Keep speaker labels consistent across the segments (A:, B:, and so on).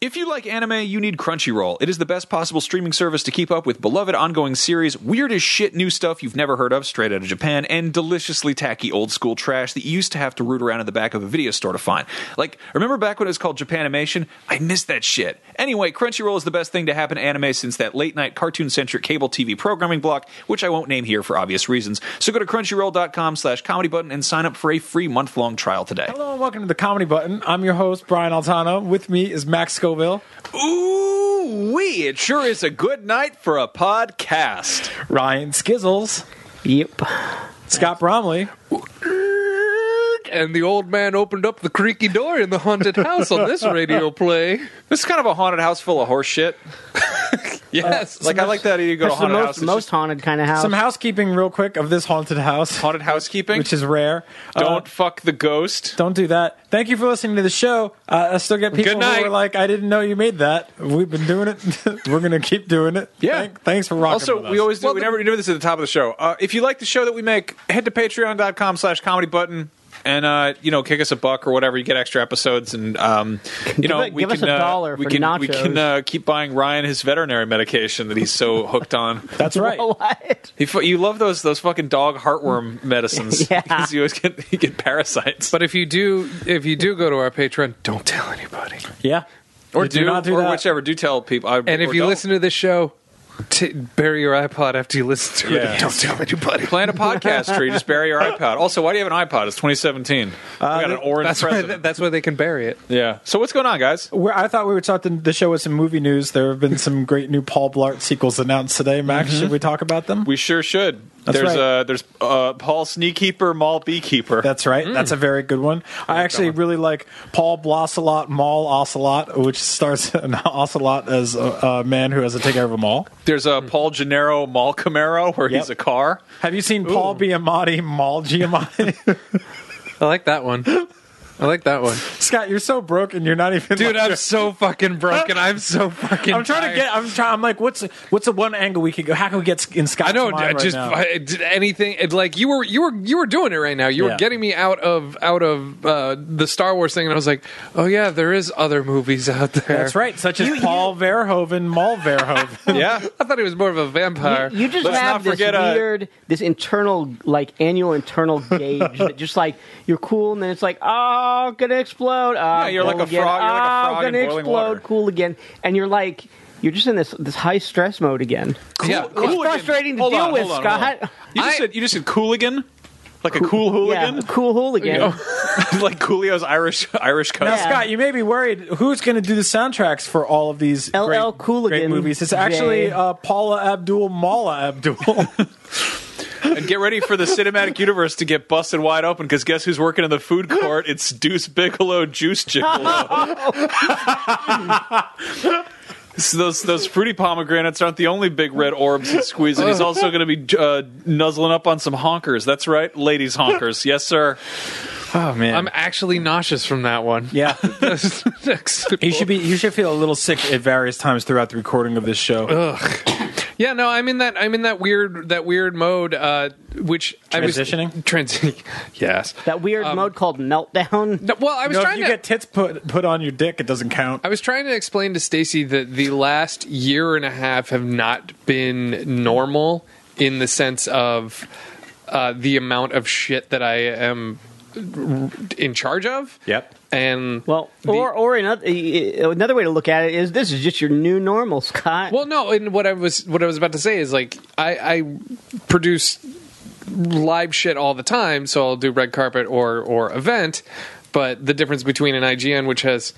A: If you like anime, you need Crunchyroll. It is the best possible streaming service to keep up with beloved ongoing series, weird as shit new stuff you've never heard of straight out of Japan, and deliciously tacky old school trash that you used to have to root around in the back of a video store to find. Like, remember back when it was called Japanimation? I miss that shit. Anyway, Crunchyroll is the best thing to happen to anime since that late night cartoon centric cable TV programming block, which I won't name here for obvious reasons. So go to crunchyroll.com slash comedy button and sign up for a free month long trial today.
B: Hello and welcome to the Comedy Button. I'm your host, Brian Altano. With me is Max Scoville.
A: Ooh, wee! It sure is a good night for a podcast.
B: Ryan Skizzles,
C: Yep.
B: Scott Bromley,
D: And the old man opened up the creaky door in the haunted house on this radio play.
A: This is kind of a haunted house full of horse shit.
D: Yes.
A: Like I like that you go to
C: That's the
A: haunted
C: Uh, most,
A: house. It's
C: most
A: just
C: haunted kind of house.
B: some housekeeping real quick of this haunted house,
A: haunted housekeeping,
B: which is rare. Uh,
A: don't fuck the ghost.
B: don't do that. Thank you for listening to the show. Uh, I still get people
A: Good
B: who
A: night.
B: are like, I didn't know you made that. We've been doing it. We're going to keep doing it.
A: Yeah.
B: Thank- thanks for rocking
A: Also,
B: with us.
A: we always do.
D: Well,
A: we
D: the-
A: never we do this at the top of the show. Uh, if you like the show that we make, head to Patreon.com/slash Comedy Button. And uh, you know, kick us a buck or whatever. You get extra episodes, and um, you know,
C: it-
A: we
C: give us
A: can
C: a
A: uh,
C: dollar
A: we
C: for
A: can we
C: nachos.
A: can uh, keep buying Ryan his veterinary medication that he's so hooked on.
B: That's right.
C: what?
A: He, fu- you love those those fucking dog heartworm medicines
C: Yeah.
A: because you always get you get parasites.
D: But if you do, if you do go to our Patreon, don't tell anybody.
B: Yeah.
A: or
B: You
A: do,
B: not do
A: or
B: that.
A: whichever. Do tell people. I,
D: And
A: or
D: if you
A: don't.
D: listen to this show, t- bury your iPod after you listen to it.
A: Yeah.
D: and Don't tell anybody.
A: Plant a podcast tree. Just bury your iPod. Also, why do you have an iPod? It's 2017. we
B: Uh,
A: got an orange
D: That's why,
A: president.
D: that's why they can bury it.
A: yeah. So what's going on, guys?
B: We're, I thought we would start the, the show with some movie news. There have been some great new Paul Blart sequels announced today. Max,
A: Mm-hmm.
B: should we talk about them?
A: We sure should.
B: That's
A: there's
B: right.
A: uh there's uh Paul Sneakeeper, Mall Beekeeper.
B: That's right.
D: Mm.
B: That's a very good one. I actually really like Paul Blossolot Mall Ocelot, which stars an Ocelot as a, a man who has to take care of a mall.
A: there's a uh, Paul Gennaro Mall Camaro where
B: Yep.
A: he's a car.
B: Have you seen Paul Giamatti Mall Giamatti?
D: I like that one. I like that one,
B: Scott, you're so broken. You're not even.
D: dude.
B: like-
D: I'm so fucking broken. I'm so fucking.
B: I'm trying to
D: tired.
B: get. I'm trying. I'm like, what's what's the one angle we could go? How can we get in Scott's
D: I know.
B: mind
D: I
B: right
D: just
B: now?
D: I, did anything it, like you were you were you were doing it right now. You
B: Yeah.
D: were getting me out of out of uh, the Star Wars thing, and I was like, oh yeah, there is other movies out there.
B: That's right. Such as Paul Verhoeven Mall Verhoeven.
A: Yeah.
D: I thought he was more of a vampire.
C: You just
A: Let's
C: have
A: not
C: this
A: forget, uh,
C: weird, this internal, like annual internal gauge that just like you're cool, and then it's like, oh, gonna explode. Oh,
A: you're
C: cool
A: like a
C: again.
A: frog- you're like a
C: Oh,
A: frog in
C: gonna
A: boiling
C: explode.
A: water.
C: Cool again, and you're like, you're just in this this high stress mode again.
D: yeah,
C: It's
A: Hooligan.
C: frustrating to
A: Hold
C: deal
A: on,
C: with,
A: hold on, hold on.
C: Scott.
A: You just
D: I-
A: said you just said Cooligan, like a cool hooligan.
C: Yeah, cool hooligan.
A: like Coolio's Irish Irish cousin.
B: Now,
C: Yeah.
B: Scott, you may be worried. Who's going to do the soundtracks for all of these
C: LL
B: great,
C: Cooligan,
B: great movies? It's
C: Jay.
B: actually uh, Paula Abdul Mala Abdul.
A: And get ready for the cinematic universe to get busted wide open because guess who's working in the food court? It's Deuce Bigelow Juice Gigolo. So those those fruity pomegranates aren't the only big red orbs he's squeezing. He's also going to be uh, nuzzling up on some honkers. That's right, ladies honkers. Yes, sir.
B: oh man,
D: I'm actually nauseous from that one.
B: yeah. You
D: you
B: should be. You should feel a little sick at various times throughout the recording of this show.
D: Yeah, no, I'm in that. I'm in that weird. That weird mode, uh, which I
B: Transitioning?
D: was transitioning. yes.
C: That weird
A: Um,
C: mode called meltdown.
D: No, well, I was
B: You know, if
D: trying
B: you
D: to
B: get tits put put on your dick, it doesn't count.
D: I was trying to explain to Stacy that the last year and a half have not been normal in the sense of uh, the amount of shit that I am in charge of.
B: Yep.
D: And
C: Well,
D: the-
C: or or another another way to look at it is this is just your new normal, Scott.
D: well, no. And what I was what I was about to say is like I, I produce live shit all the time, so I'll do red carpet or or event. But the difference between an IGN, which has,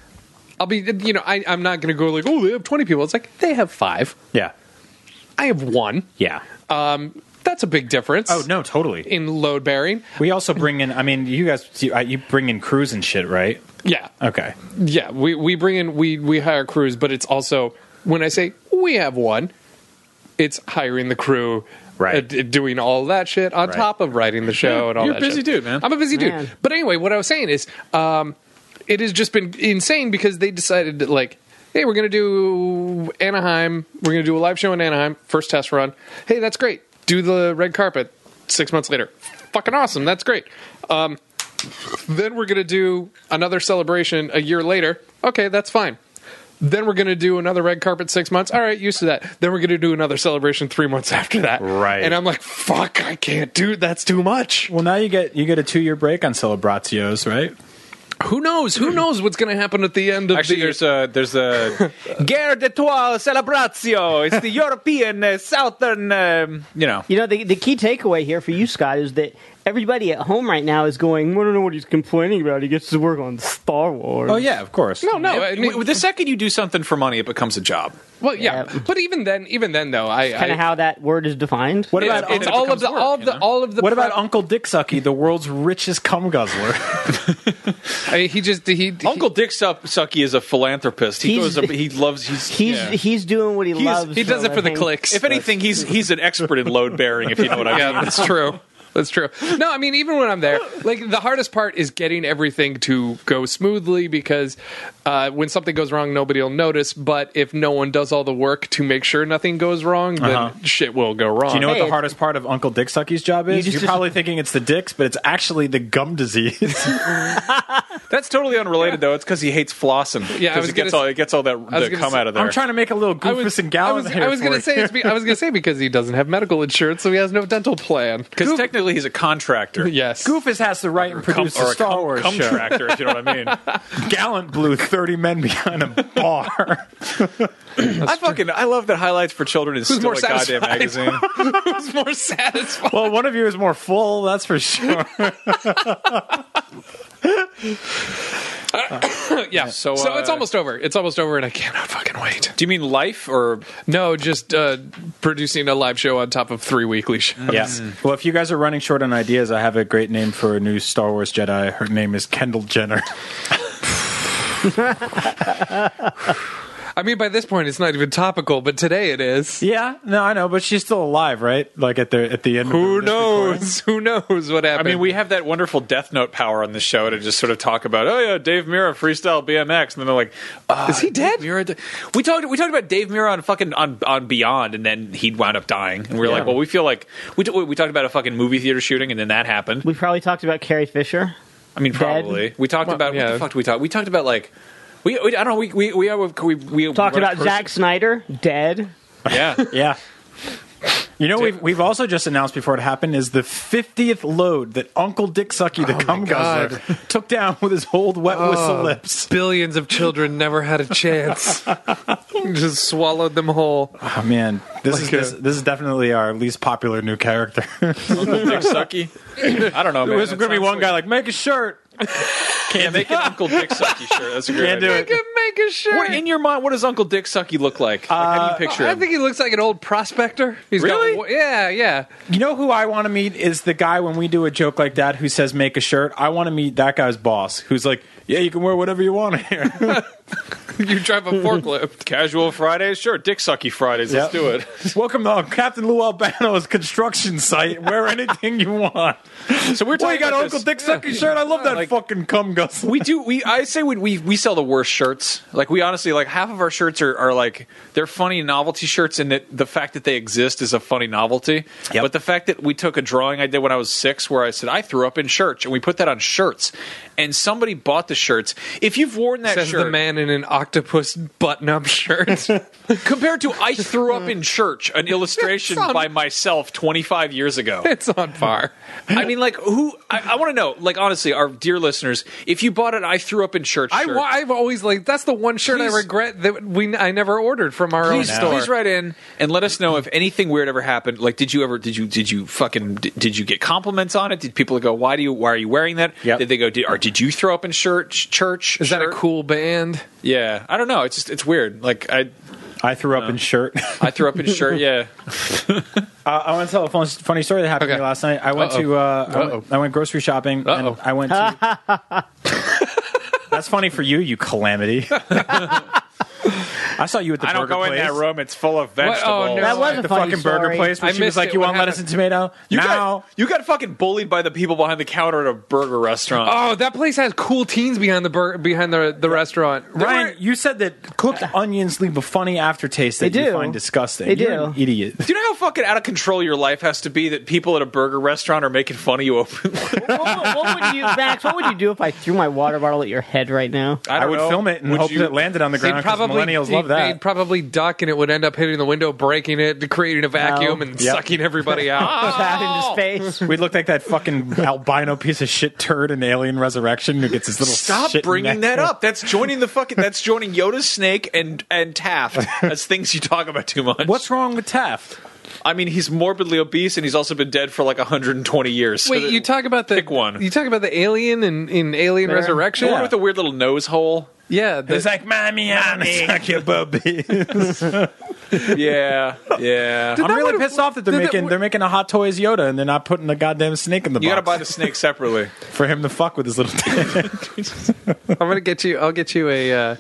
D: I'll be you know I, I'm not going to go like oh they have 20 people. It's like they have five.
B: yeah,
D: I have one.
B: yeah.
D: Um, that's a big difference.
B: oh no, totally.
D: In load bearing,
B: We also bring in. I mean, you guys, you, I- you bring in crews and shit, right?
D: yeah,
B: Okay.
D: yeah. We we bring in we we hire crews, but it's also when I say we have one, it's hiring the crew.
B: Right.
D: uh, d- doing all that shit on
B: Right.
D: top of writing the show and all
A: you're
D: that
A: a busy
D: shit.
A: dude, man.
D: I'm a busy
C: Man.
D: dude. But anyway, what I was saying is, um, it has just been insane because they decided that, like, hey, we're going to do Anaheim. We're going to do a live show in Anaheim, first test run. Hey, that's great. Do the red carpet six months later. Fucking awesome. That's great. Um, then we're going to do another celebration a year later. Okay, that's fine. Then we're going to do another red carpet six months. All right, used to that. Then we're going to do another celebration three months after that.
A: Right.
D: And I'm like, fuck, I can't do. That's too much.
B: Well, now you get you get a two year break on Celebratios, right?
D: Who knows? Who knows what's going to happen at the end of
E: Actually,
D: the
E: there's a there's a Guerre de Trois Celebratio. It's the European uh, Southern, um, you know.
C: You know, the, the key takeaway here for you, Scott, is that everybody at home right now is going, I don't know what he's complaining about. He gets to work on Star Wars.
B: Oh yeah, of course.
D: No, no. I
A: I
D: mean,
A: mean, the second you do something for money, it becomes a job.
D: well, yeah.
C: Yeah.
D: But even then, even then, though, I
C: Kind
D: I-
C: of how that word is defined.
B: What
D: it's,
B: about
D: it's
B: Uncle-
D: all
A: becomes
D: of the all
A: work,
D: of
A: you
D: the
A: know?
D: all of the.
B: what about
D: prep-
B: Uncle Dick Sucky, the world's richest cum guzzler?
D: I- he just he, he
A: Uncle Dick Sup- Sucky is a philanthropist. He
C: He's-
A: goes up, he loves he's
C: He's
A: yeah.
C: he's doing what he loves.
D: he does it for the
C: living.
D: clicks.
A: if anything he's he's an expert in load bearing if you know what I mean.
D: yeah, that's true. That's true. No, I mean, even when I'm there, like the hardest part is getting everything to go smoothly because uh, when something goes wrong, nobody will notice. But if no one does all the work to make sure nothing goes wrong, then
B: Uh-huh.
D: shit will go wrong.
B: Do you know what
C: Hey,
B: the
C: it-
B: hardest part of Uncle Dick Sucky's job is?
C: You
B: You
C: just-
B: are probably thinking it's the dicks, but it's actually the gum disease.
A: That's totally unrelated though. It's because he hates flossing.
D: Yeah, I
A: because
D: was
A: it gets
D: gonna
A: all it gets all that
D: was
A: the
D: gonna
A: come
D: say-
A: out of there.
B: I'm trying to make a little goofus and
D: I
B: gallon
D: was,
B: here
D: I was
B: going
D: gonna say it's be, I was gonna say because he doesn't have medical insurance, so he has no dental plan.
A: because technically he's a contractor.
D: Yes,
B: Goofus has the right and
A: Cum-
B: produce
A: or
B: a
A: a
B: Star
A: cum-
B: Wars
A: cum
B: show.
A: tractor, if you know what I mean.
B: Gallant blew 30 men behind a bar.
A: I fucking I love that highlights for children is still
D: more
A: a goddamn
D: satisfied?
A: magazine.
D: was more satisfied.
B: well, one of you is more full, that's for sure.
D: yeah, so
A: So,
D: so it's
A: uh,
D: almost over. It's almost over, and I cannot fucking wait.
A: Do you mean life or
D: No, just uh, producing a live show on top of three weekly shows.
B: Yes. Well, if you guys are running short on ideas, I have a great name for a new Star Wars Jedi. Her name is Kendall Jenner.
D: I mean, by this point, it's not even topical, but today it is.
B: yeah, no, I know, but she's still alive, right? Like at the at the end.
D: Who
B: of the,
D: knows? Who knows what
A: I
D: happened?
A: mean, we have that wonderful Death Note power on the show to just sort of talk about, oh yeah, Dave Mira freestyle BMX, and then they're like, uh,
D: Is he dead?
A: Dave Mira di- we talked we talked about Dave Mira on fucking on, on Beyond, and then he wound up dying, and we are like, well, we feel like we t- we talked about a fucking movie theater shooting, and then that happened.
C: We probably talked about Carrie Fisher.
A: I mean, probably we talked
D: Well,
A: about what
D: yeah.
A: the fuck did we talk? We talked about like. We, we, I don't know. We we we, we, we, we
C: Talked
A: wrote a
C: about
A: person-
C: Zack Snyder dead.
A: Yeah,
B: Yeah. You know, we've, we've also just announced before it happened is the 50th load that Uncle Dick Sucky,
D: Oh
B: the cum guzzler, took down with his old wet whistle lips.
D: Billions of children never had a chance. Just swallowed them whole.
B: Oh man, this is
D: Like, uh,
B: this, this is definitely our least popular new character. there
A: Dick Sucky. I don't know. Man.
B: was going to be one guy like make a shirt.
A: Can't make an Uncle Dick Sucky shirt. That's a great.
B: Can't do
A: idea.
B: it.
D: I could make a shirt.
A: What in your mind? What does Uncle Dick Sucky look like? Like, how do you picture
D: I
A: him?
D: think he looks like an old prospector. He's
A: Really?
D: Got, yeah, yeah.
B: You know who I want to meet is the guy when we do a joke like that who says make a shirt. I want to meet that guy's boss who's like, yeah, you can wear whatever you want here.
D: You drive a forklift.
A: Casual Fridays, sure. Dick Sucky Fridays. Let's
B: Yep.
A: do it.
B: Welcome to Captain Lou Albano's construction site. Wear anything you want.
A: So we're
B: Boy,
A: talking
B: you got
A: about
B: Uncle
A: this-
B: Dick Sucky shirt. I love that
A: Like-
B: fucking cum guzzler.
A: We do. We I say we, we we sell the worst shirts. Like we honestly like half of our shirts are, are like they're funny novelty shirts, and that the fact that they exist is a funny novelty.
B: Yep.
A: But the fact that we took a drawing I did when I was six, where I said I threw up in church, and we put that on shirts, and somebody bought the shirts. If you've worn that
D: Says
A: shirt,
D: the man in an octopus button-up shirt.
A: compared to I threw up in church, an illustration
D: Some-
A: by myself 25 years ago.
D: it's on par.
A: I mean, like who? I, I want to know. Like honestly, our dear listeners, if you bought an I threw up in church,
D: I,
A: shirt,
D: wa- I've always like that's the one shirt
A: Please-
D: I regret that we I never ordered from our
A: please,
D: own store.
A: please write in and let us know if anything weird ever happened. Like, did you ever? Did you? Did you fucking? Did, did you get compliments on it? Did people go, "Why do you? Why are you wearing that?"
B: Yep.
A: Did they go, did, "Or did you throw up in church?" Church
D: Is that a
A: shirt?
D: cool band?
A: Yeah, I don't know. It's just it's weird. Like I
B: I threw up in shirt.
A: I threw up in shirt. Yeah,
B: Uh, I want to tell a fun, funny story that happened to
D: Okay.
B: me last night. I went
D: Uh-oh.
B: to uh, I,
D: Uh-oh.
B: went, I went grocery shopping.
D: Uh-oh.
B: And I went. to... That's funny for you, you calamity. I saw you at the
E: I don't
B: burger
E: go in
B: place.
E: that room. It's full of vegetables.
D: oh, no.
C: That was
B: At
C: a
B: the
C: funny
B: fucking burger
C: story.
B: place where
D: I
B: she was
D: missed
B: like,
D: it.
B: "You
D: What
B: want lettuce and tomato?"
A: You
B: now
A: got you got fucking bullied by the people behind the counter at a burger restaurant.
D: Oh, that place has cool teens behind the bur- behind the the restaurant.
B: Ryan,
A: were-
B: you said that cooked onions leave a funny aftertaste that
C: They
B: you
C: do.
B: find disgusting.
C: They
B: You're an
C: do.
B: idiot.
A: Do you know how fucking out of control your life has to be that people at a burger restaurant are making fun of you openly?
C: what, would- what would you, Max? What would you do if I threw my water bottle at your head right now?
B: I,
A: don't
B: would
A: know.
B: film it and
A: Would
B: hope
A: you-
B: that it landed on the ground because millennials
D: they'd-
B: love
D: They'd
B: that.
D: probably duck, and it would end up hitting the window, breaking it, creating a vacuum, and
B: Yep.
D: sucking everybody out.
C: Out into space.
B: We'd look like that fucking albino piece of shit turd in Alien Resurrection who gets his little
A: Stop
B: shit
A: bringing that
B: neck.
A: up. That's joining the fucking. That's joining Yoda, Snake, and and Taft as things you talk about too much.
B: What's wrong with Taft?
A: I mean, he's morbidly obese and he's also been dead for like 120 years. So
D: Wait,
A: that-
D: you talk about the
A: Pick one.
D: You talk about the alien in, in Alien
C: There.
D: Resurrection.
A: The one with the weird little nose hole.
D: Yeah, the-
B: It's like, "Mommy, I'm gonna suck your bubby."
A: Yeah, yeah.
B: I'm
D: that
B: really
D: would've-
B: pissed off that they're
D: did that
B: making
D: would-
B: they're making a hot toys Yoda and they're not putting the goddamn snake in the
A: you
B: box
A: got to buy the snake separately.
B: for him to fuck with his little.
D: I'm gonna get you. I'll get you a. Uh,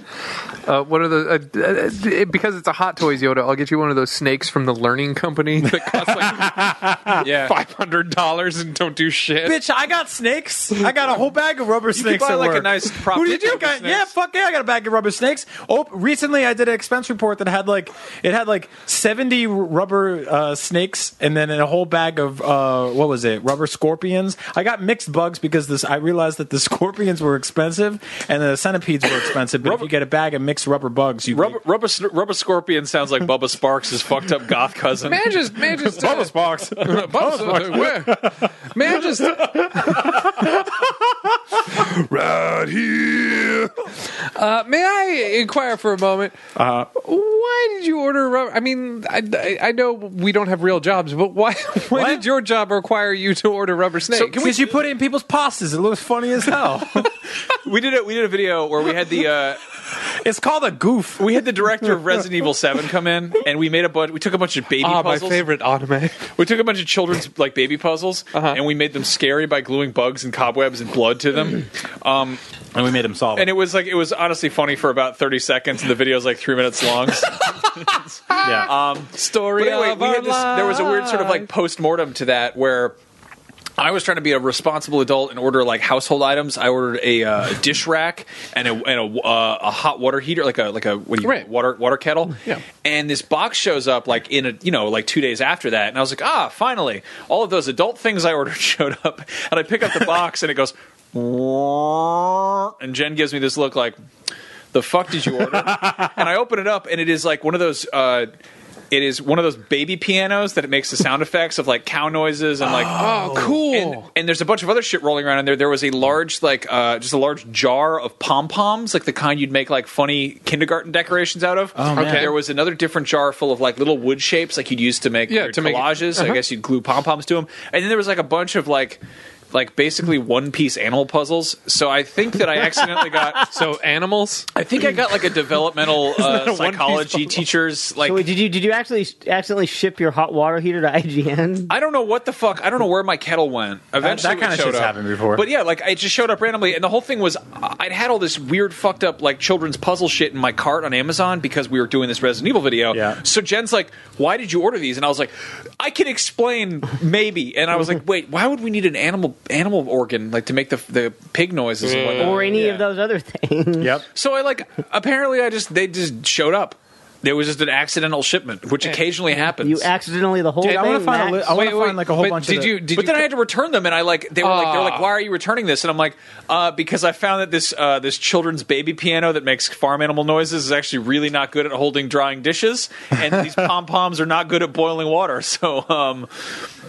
D: uh, one of the uh, uh, it, because it's a Hot Toys Yoda. I'll get you one of those snakes from the Learning Company that costs like
A: Yeah.
D: five hundred dollars and don't do shit.
B: Bitch, I got snakes. I got a whole bag of rubber
A: You
B: snakes.
A: could buy
B: at
A: like a
B: work.
A: nice prop.
B: Who do you
A: dick
B: do?
A: rubber
B: Got,
A: snakes.
B: yeah, fuck yeah, I got a bag of rubber snakes. Oh, recently I did an expense report that had like it had like seventy rubber uh, snakes and then a whole bag of uh, what was it? Rubber scorpions. I got mixed bugs because this I realized that the scorpions were expensive and the centipedes were expensive. But if
A: Rubber-
B: you get a bag of mixed rubber bugs, you
A: Rubber, rubber, sn- rubber scorpion sounds like Bubba Sparks' fucked up goth cousin.
D: Man just man just uh,
B: Bubba's box.
D: Bubba's- uh, where? man just
B: right here.
D: uh, may I inquire for a moment?
B: Uh,
D: Why did you order rubber? I mean, I, I, I know we don't have real jobs, but why why
B: What?
D: did your job require you to order rubber snakes?
B: because you put it in people's pastas, it looks funny as hell.
A: We did a we did a video where we had the uh,
B: it's called a goof.
A: we had the director of Resident Evil Seven come in, and we made a bunch. We took a bunch of baby
D: Ah, my
A: puzzles.
D: favorite anime.
A: We took a bunch of children's like baby puzzles,
D: Uh-huh.
A: and we made them scary by gluing bugs and cobwebs and blood to them. Um,
B: And we made him solve
A: and it was like it was honestly funny for about thirty seconds, and the video's like three minutes long.
B: Yeah.
A: Um,
D: Story
A: but anyway,
D: of
A: we
D: our
A: had this, there was a weird sort of like post mortem to that where. I was trying to be a responsible adult and order like household items. I ordered a uh, dish rack and a and a, uh, a hot water heater, like a like a what do you
D: Right.
A: water water kettle.
D: Yeah.
A: And this box shows up like in a you know like two days after that, and I was like, ah, finally, all of those adult things I ordered showed up. And I pick up the box and it goes, and Jen gives me this look like, the fuck did you order? and I open it up and it is like one of those. Uh, it is one of those baby pianos that it makes the sound effects of like cow noises and like
D: Oh, cool.
A: and, and there's a bunch of other shit rolling around in there. There was a large, like, uh, just a large jar of pom poms, like the kind you'd make like funny kindergarten decorations out of.
B: Oh, man.
A: Okay. There was another different jar full of like little wood shapes, like you'd use to make
D: Yeah,
A: your
D: to make- Uh-huh.
A: collages. I guess you'd glue pom poms to them. And then there was like a bunch of like, like basically one piece animal puzzles. So I think that I accidentally got.
D: so animals.
A: I think I got like a developmental uh, psychology teacher's like.
C: So wait, did you did you actually s- accidentally ship your hot water heater to IGN?
A: I don't know what the fuck. I don't know where my kettle went. Eventually,
B: that kinda
A: it showed
B: shit's
A: up.
B: happened before.
A: But yeah, like it just showed up randomly, and the whole thing was I'd had all this weird, fucked up like children's puzzle shit in my cart on Amazon because we were doing this Resident Evil video.
B: Yeah.
A: So Jen's like, "Why did you order these?" And I was like, "I can explain, maybe." And I was like, "Wait, why would we need an animal animal organ like to make the the pig noises and whatnot?"
C: Mm. Or any
A: Yeah.
C: of those other things?
A: um,
B: Yep.
A: So I like apparently I just they just showed up. There was just an accidental shipment,
B: Eh.
A: which occasionally happens.
C: You accidentally the whole
B: Dude,
C: thing.
B: I wanna find a
C: Max.
B: li- I wanna
D: Wait, wait,
B: find, like, a whole
D: but
B: bunch of
D: Did
B: the-
D: you? Did
A: but
D: you
A: then I had to return them, and I like they were like they were
D: Ah.
A: like, "Why are you returning this?" And I'm like, uh, "Because I found that this uh, this children's baby piano that makes farm animal noises is actually really not good at holding drying dishes, and these pom poms are not good at boiling water." So, um,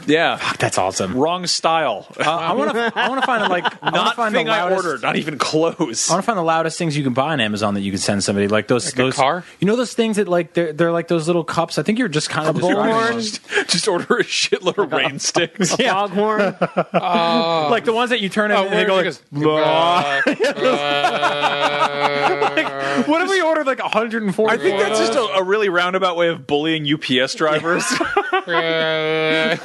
A: yeah,
B: That's awesome.
A: wrong style.
B: Uh, I want to. I want to find like I wanna
A: not
B: find
A: thing
B: the
A: I
B: loudest-
A: ordered. Not even close.
B: I want to find the loudest things you can buy on Amazon that you can send somebody, like those
D: a
B: those
D: car?
B: You know those things that like they're they're like those little cups. I think you're just kind of describing
C: bullhorn?
B: those.
A: just, just order a shitload of rain sticks.
C: a foghorn.
B: like the ones that you turn in
D: Oh,
B: and they
D: where
B: go
D: it
B: like.
D: goes,
B: "Blah."
D: uh,
B: what if we ordered like 140?
A: I think that's just a, a really roundabout way of bullying UPS drivers.
D: uh,
B: I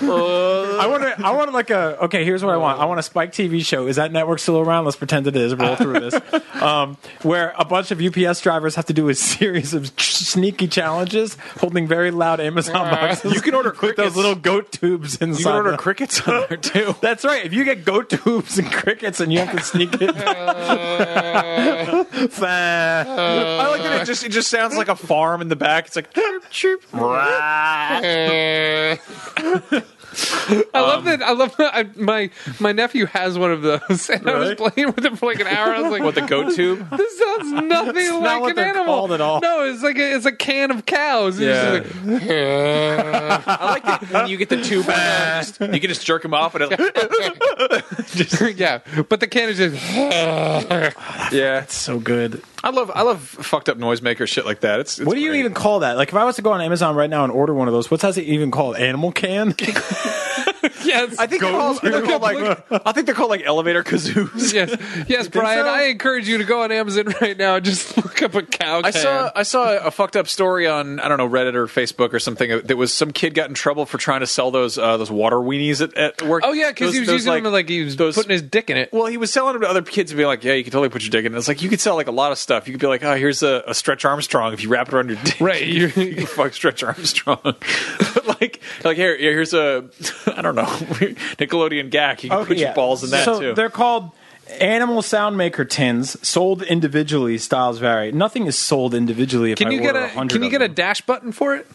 B: want to. I want like a. Okay, here's what I want. I want a Spike TV show. Is that network still around? Let's pretend it is. Roll through this. Um, where a bunch of UPS drivers have to do a series of sneaky challenges, holding very loud Amazon boxes.
A: You can order
B: with those
A: crickets.
B: little goat tubes inside.
A: You can order
B: them.
A: crickets on there too.
B: That's right. If you get goat tubes and crickets, and you have to sneak it. Fah.
A: I like that it just it just sounds like a farm in the back. It's like chirp, chirp.
D: I love that. I love that. I, my my nephew has one of those, and I was
B: Really?
D: playing with him for like an hour. I was like,
A: what the goat tube?
D: This sounds nothing like
B: not what
D: an
B: they're
D: animal
B: called at all.
D: No, it's like a, it's a can of cows. Yeah.
A: I like that when you get the tube, out, just- Uh, you can just jerk him off, and it's like,
D: yeah, but the can is just
A: yeah,
B: so good.
A: I love I love fucked up noisemaker shit like that. It's, it's
B: What do you
A: great.
B: even call that? Like, if I was to go on Amazon right now and order one of those, what's that even called? Animal can?
D: yes.
A: I think they're called, they're called like I think they're called like elevator kazoos.
D: yes, yes, Brian.
B: so?
D: I encourage you to go on Amazon right now and just look up a cow.
A: I
D: can.
A: saw I saw a fucked up story on I don't know Reddit or Facebook or something uh, that was some kid got in trouble for trying to sell those uh, those water weenies at, at work.
D: Oh yeah, because
A: Those-
D: he was
A: those,
D: using them like he was
A: those-
D: putting his dick in it.
A: Well, he was selling them to other kids and being like, "Yeah, you can totally put your dick in." it." It's like you could sell like a lot of stuff. You could be like, "Oh, here's a, a Stretch Armstrong. If you wrap it around your dick,
D: Right,
A: you,
D: you-
A: you can fuck Stretch Armstrong." but like, like here, here- here's a I don't know Nickelodeon gack. You can put your balls in that
B: so
A: too.
B: They're called animal sound maker tins. Sold individually. Styles vary. Nothing is sold individually. If
D: Can
B: I
D: you get
B: order
D: a
B: 100
D: Can you
B: of
D: get a
B: them.
D: dash button for it?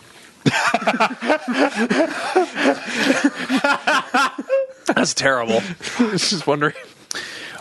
A: That's terrible.
D: just wondering.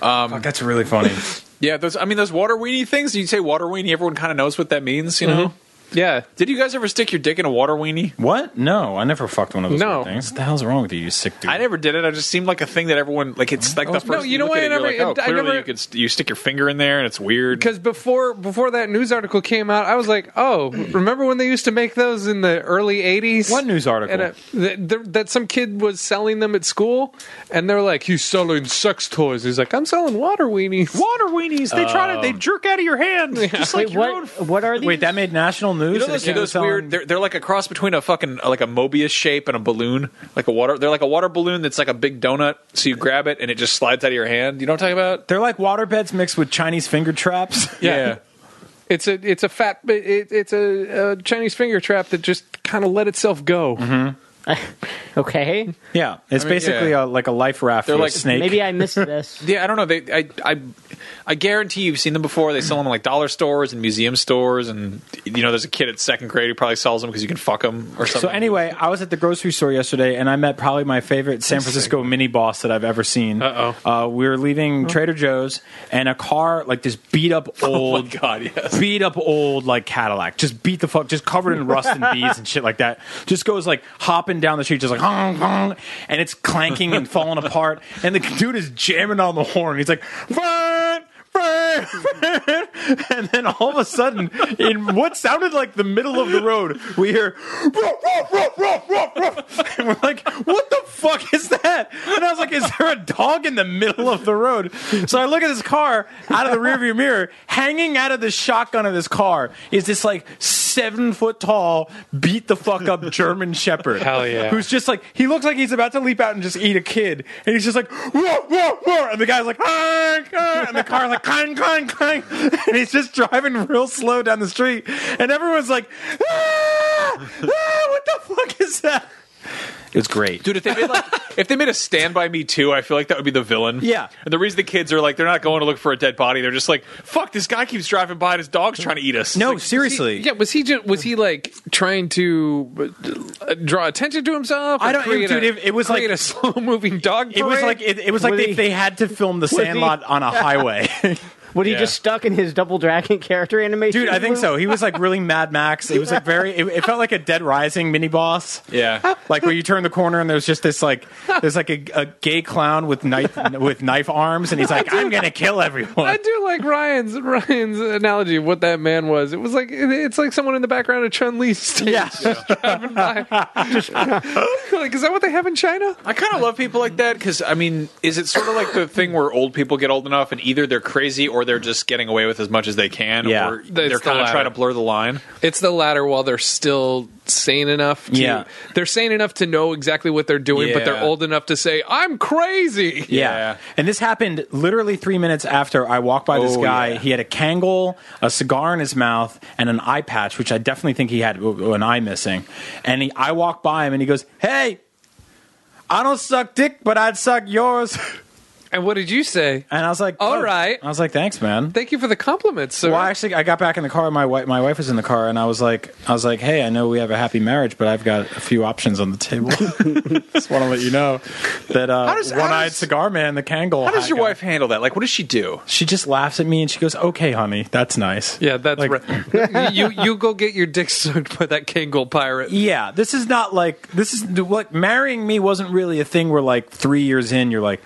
B: Fuck, that's really funny.
A: Yeah, those. I mean, those water weenie things. You say water weenie, everyone kind of knows what that means, you know.
D: Yeah,
A: Did you guys ever stick your dick in a water weenie?
B: what? No, I never fucked one of those
D: No.
B: little things. What the hell's wrong with you, you sick dude?
A: I never did it. I just seemed like a thing that everyone like. It's like the first.
D: no, you know
A: look
D: why
A: at
D: I
A: it, you're
D: never-
A: Like, oh,
D: I
A: clearly
D: never-
A: you could. St- you stick your finger in there, and it's weird.
D: because before before that news article came out, I was like, oh, remember when they used to make those in the early '80s?
B: What news article?
D: And uh, th- th- that some kid was selling them at school, and they're like, "He's selling sex toys." He's like, "I'm selling water weenies."
A: water weenies. They try to.
B: Oh.
A: They jerk out of your hand. Just like
C: Wait,
A: your
C: what?
A: own
C: what are these?
B: Wait, that made national news.
A: You know
B: It
A: those,
B: came
A: those
B: out on-
A: weird? They're, they're like a cross between a fucking uh, like a Mobius shape and a balloon, like a water. They're like a water balloon that's like a big donut. So you grab it and it just slides out of your hand. You know what I'm talking about?
B: They're like water beds mixed with Chinese finger traps.
D: It's a it's a fat it, it's a, a Chinese finger trap that just kind of let itself go.
B: Mm-hmm.
C: okay,
B: yeah, it's
A: mean,
B: basically
A: yeah.
B: A, like a life raft.
A: They're
B: for
A: like-
B: a snake.
C: maybe I missed this.
A: Yeah, I don't know. They, I, I, I guarantee you've seen them before. They sell them in like dollar stores and museum stores, and you know, there's a kid at second grade who probably sells them because you can fuck them or something.
B: So anyway, I was at the grocery store yesterday, and I met probably my favorite San Francisco mini boss that I've ever seen. Uh-oh. Uh We were leaving Trader Joe's, and a car like this beat up
A: oh
B: old,
A: my god, yes.
B: beat up old like Cadillac, just beat the fuck, just covered in rust and bees and shit like that. Just goes like hopping down the street, just like hong, hong, and it's clanking and falling apart. And the dude is jamming on the horn. He's like, "Fern, Fern, Fern." and then all of a sudden, in what sounded like the middle of the road, we hear, "Ruff, ruff, ruff, ruff, ruff, ruff." and we're like, what the fuck is that? And I was like, is there a dog in the middle of the road? So I look at this car out of the rearview mirror, hanging out of the shotgun of this car is this like seven foot tall, beat the fuck up German Shepherd.
D: Hell yeah.
B: Who's just like, he looks like he's about to leap out and just eat a kid. And he's just like, whoa, whoa, whoa. And the guy's like, "Ah, ah," and the car's like, clang, clang, clang. And he's just driving real slow down the street. And everyone's like, ah, ah, what the fuck is that? It's great.
A: Dude, if they made like if they made a Stand By Me too, I feel like that would be the villain.
B: Yeah.
A: And the reason the kids are like they're not going to look for a dead body, they're just like, fuck, this guy keeps driving by and his dog's trying to eat us.
B: No,
A: It's
B: seriously.
D: Yeah, was he just, was he like trying to uh, draw attention to himself? or
B: I don't-
D: create
B: dude,
D: a-
B: it- it was like-
D: create a slow moving dog.
B: It was
D: parade?
B: like it, it was like
C: Would
B: they,
C: he-
B: they had to film the
C: he-
B: Sandlot on a highway.
C: What he
A: Yeah.
C: just stuck in his double dragon character animation?
B: Dude, I think so. He was like really Mad Max. It was like very. It, it felt like a Dead Rising mini boss.
A: like- yeah.
B: Like where you turn the corner and there's just this like there's like a, a gay clown with knife with knife arms and he's like I'm gonna kill
D: I
B: everyone.
D: do like Ryan's Ryan's analogy of what that man was. It was like it- it's like someone in the background of Chun Li's stage.
B: Yeah.
D: driving by. like, is that what they have in China?
A: I kind of love people like that because I mean, is it sort of like the thing where old people get old enough and either they're crazy or or they're just getting away with as much as they can,
B: Yeah.
A: or
D: That's
A: they're
D: the
A: kind of
D: latter.
A: trying to blur the line.
D: It's the latter while they're still sane enough. To,
B: Yeah.
D: They're sane enough to know exactly what they're doing, but they're
A: Yeah.
D: old enough to say, I'm crazy.
B: Yeah.
A: Yeah.
B: And this happened literally three minutes after I walked by this
A: Oh,
B: guy.
A: yeah.
B: He had a Kangol, a cigar in his mouth, and an eye patch, which I definitely think he had oh, an eye missing. And he, I walked by him and he goes, Hey, I don't suck dick, but I'd suck yours.
D: And what did you say?
B: And I was like,
D: All
B: "Oh."
D: right.
B: I was like, Thanks, man.
D: Thank you for the compliments, sir.
B: Well, actually, I got back in the car. My wife, my wife was in the car, and I was like, I was like, hey, I know we have a happy marriage, but I've got a few options on the table. Just want to let you know that uh,
A: How does- how
B: one-eyed
A: does-
B: cigar man, the Kangol.
A: How does your
B: guy-
A: wife handle that? Like, what does she do?
B: She just laughs at me and she goes, "Okay, honey, that's nice."
D: yeah, that's
B: Like-
D: right. you you go get your dick sucked by that Kangol pirate.
B: Yeah, this is not like this is like marrying me wasn't really a thing where like three years in you're like,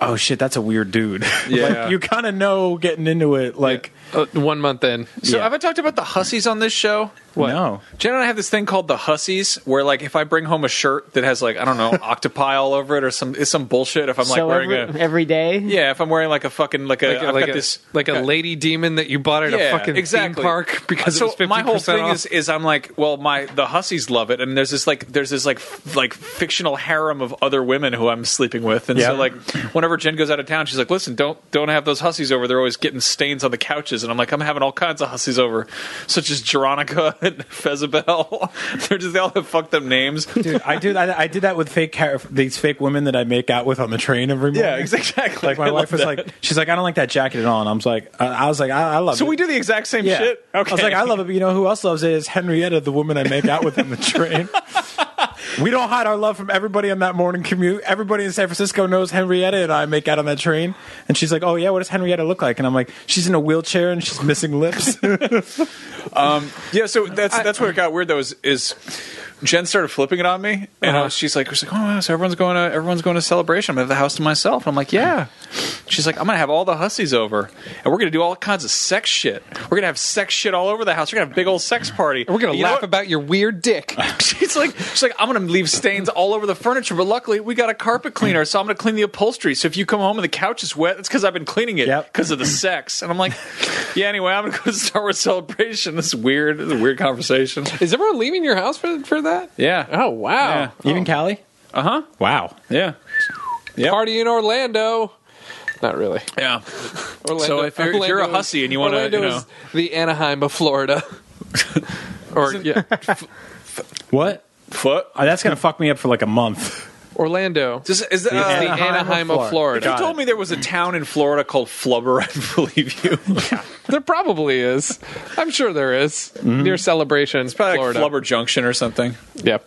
B: oh shit, that's a weird dude.
A: Yeah.
B: like, you kind of know getting into it. Like,
D: Uh, one month in.
A: So,
B: Yeah.
A: have I talked about the hussies on this show?
B: no,
A: Jen and I have this thing called the hussies, where like if I bring home a shirt that has like I don't know octopi all over it or some it's some bullshit. If I'm like
C: so
A: wearing
C: every,
A: a
C: every day.
A: yeah, if I'm wearing like a fucking like a
D: Like, a-
A: have
D: like,
A: got
D: a,
A: this
D: like a lady demon that you bought at a fucking theme park because
A: so
D: it was 50%
A: my whole thing
D: off.
A: is is I'm like, well, my the hussies love it, and there's this like there's this like f- like fictional harem of other women who I'm sleeping with, and
B: Yeah.
A: so like whenever Jen goes out of town, she's like, listen, don't don't have those hussies over. They're always getting stains on the couches, and I'm like, I'm having all kinds of hussies over, such as Jeronica and Fezabel. They're just they all have fucked up names.
B: dude, I do that. I did that with fake car- these fake women that I make out with on the train every morning.
A: Yeah, exactly.
B: Like my
A: I love
B: wife was
A: that.
B: like, she's like, I don't like that jacket at all, and I'm just like, I, I was like, I, I love.
A: So
B: it.
A: we do the exact same
B: Yeah.
A: shit.
B: I was like, I love it, but you know who else loves it is Henrietta, the woman I make out with on the train. we don't hide our love from everybody on that morning commute. Everybody in San Francisco knows Henrietta and I make out on that train. And she's like, Oh yeah, what does Henrietta look like? And I'm like, She's in a wheelchair and she's missing lips.
A: Yeah, so that's that's where it got weird though. Is, is Jen started flipping it on me, and I
D: Uh-huh.
A: was, she's like, she's like, oh, wow, so everyone's going to everyone's going to celebration. I'm gonna have the house to myself. I'm like, yeah. She's like, I'm gonna have all the hussies over, and we're gonna do all kinds of sex shit. We're gonna have sex shit all over the house. We're gonna have a big old sex party.
D: We're going
A: You
D: to
A: know
D: laugh
A: what?
D: about your weird dick.
A: She's like, she's like, I'm gonna leave stains all over the furniture, but luckily we got a carpet cleaner, so I'm gonna clean the upholstery. So if you come home and the couch is wet, it's because I've been cleaning it
B: Yep.
A: because of the sex. And I'm like, yeah. Anyway, I'm gonna go to Star Wars Celebration. This is weird. This is a weird conversation.
D: Is everyone leaving your house for, for that?
A: Yeah.
D: Oh, wow.
B: Even Callie?
A: Uh huh.
B: Wow.
A: Yeah.
D: Party in Orlando. Not really.
A: Yeah.
D: Orlando,
A: So if you're- if you're a
D: Orlando is-
A: hussy and you wanna,
D: Orlando
A: you know-
D: is the Anaheim of Florida. or yeah,
B: What?
A: Foot.
B: Oh, that's gonna fuck me up for like a month.
D: Orlando.
A: Is, is that, uh,
D: the
B: Anaheim of
D: Anaheim of
B: Florida.
A: if
D: Florida.
A: you told me there was a town in Florida called Flubber, I believe you.
D: There probably is. I'm sure there is. near celebrations,
A: Probably
D: Florida.
A: like Flubber Junction or something.
D: yeah.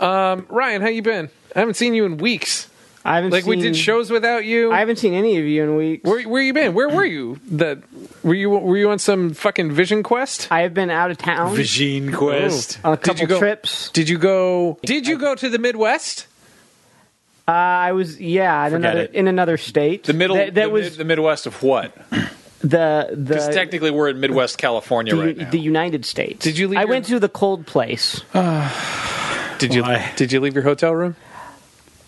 D: Um, Ryan, how you been? I haven't seen you in weeks.
C: I haven't
D: Like
C: seen,
D: we did shows without you.
C: I haven't seen any of you in weeks.
D: where where you been? Where were you? That were you were you on some fucking vision quest?
C: I have been out of town
A: Vagine Quest.
C: on a
D: Did you
C: couple
D: go-
C: trips.
D: Did you go? Did you go to the Midwest?
C: Uh, I was yeah in
B: Forget
C: another,
B: it.
C: in another state.
A: The middle.
C: that, that
A: the,
C: was Uh,
A: the Midwest of what?
C: the the
A: Because technically we're in Midwest California
C: the,
A: right now.
C: the United States.
D: Did you leave
C: I
D: your-
C: went to the cold place.
D: Did you
B: Why?
D: Did you leave your hotel room?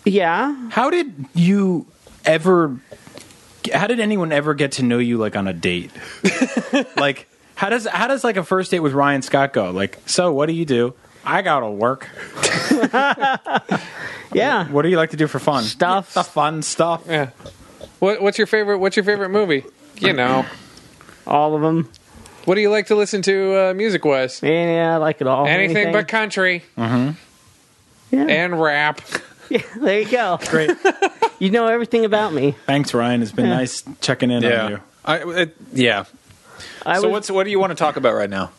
C: Yeah,
B: How did you ever how did anyone ever get to know you like on a date? like how does how does like a first date with Ryan Scott go? Like, so what do you do? I gotta work.
C: yeah.
B: What do you like to do for fun?
C: Stuff.
B: The fun stuff.
D: Yeah. What, what's your favorite? What's your favorite movie? You know.
C: All of them.
D: What do you like to listen to uh, music wise?
C: Yeah, I like it all.
D: Anything, but country
C: yeah.
D: and rap.
C: yeah. There you go.
B: Great.
C: You know everything about me.
B: Thanks, Ryan. It's been nice checking in on
A: yeah.
B: you.
A: I, it, yeah.
C: I
A: so
C: was,
A: what's what do you want to talk about right now?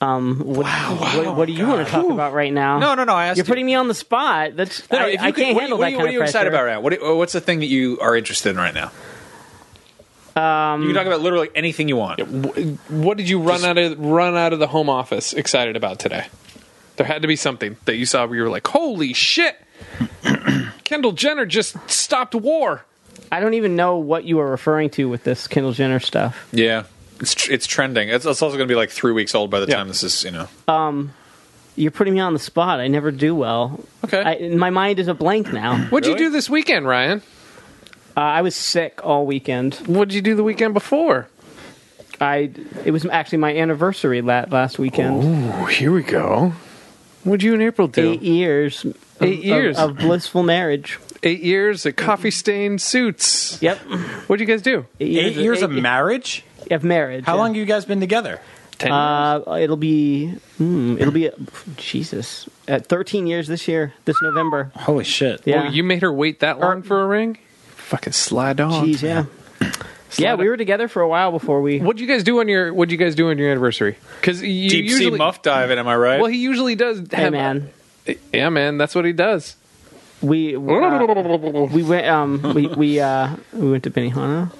C: um? What, what, what do you want to talk about right now?
A: No, no, no. I asked
C: You're putting me on the spot. That's
A: No, no,
C: I,
A: if you
C: I
A: could- what,
C: can't
A: do you-
C: handle
A: what
C: that
A: do you-
C: kind
A: What are you
C: of pressure.
A: excited about right now? What do you- what's the thing that you are interested in right now? Um, you can talk about literally anything you want.
D: What did you run out of run out of the home office excited about today? There had to be something that you saw where you were like, "Holy shit! Kendall Jenner just stopped war."
C: I don't even know what you are referring to with this Kendall Jenner stuff.
A: Yeah, it's tr- it's trending. It's, it's also going to be like three weeks old by the
D: Yeah.
A: time this is you know.
C: You're putting me on the spot. I never do well.
D: Okay.
C: I, my mind is a blank now.
D: What'd you
A: Really?
D: do this weekend, Ryan?
C: Uh, I was sick all weekend.
D: What did you do the weekend before?
C: I it was actually my anniversary la- last weekend.
D: Oh, here we go. What'd you and April do?
C: Eight years. of-
D: Eight
C: of-
D: years.
C: of, blissful marriage.
D: Eight years of coffee stained suits.
C: Yep.
D: What'd you guys do?
B: Eight years of
C: eight-
B: marriage.
C: of marriage.
B: How
C: yeah.
B: long have you guys been together?
D: Ten
C: Uh, it'll be hmm, it'll be Jesus at 13 years this year, this November.
B: Holy shit!
C: Yeah.
D: Oh, you made her wait that long for a ring? Fucking slide on.
C: Jeez, yeah. yeah, we were together for a while before we.
D: What'd you guys do on your What'd you guys do on your anniversary? Because you
B: Deep sea
D: usually
B: muff diving. Am I right?
D: well, he usually does. Have,
C: Hey man,
D: yeah, man, that's what he does.
C: we uh, we went um we we uh we went to Benihana.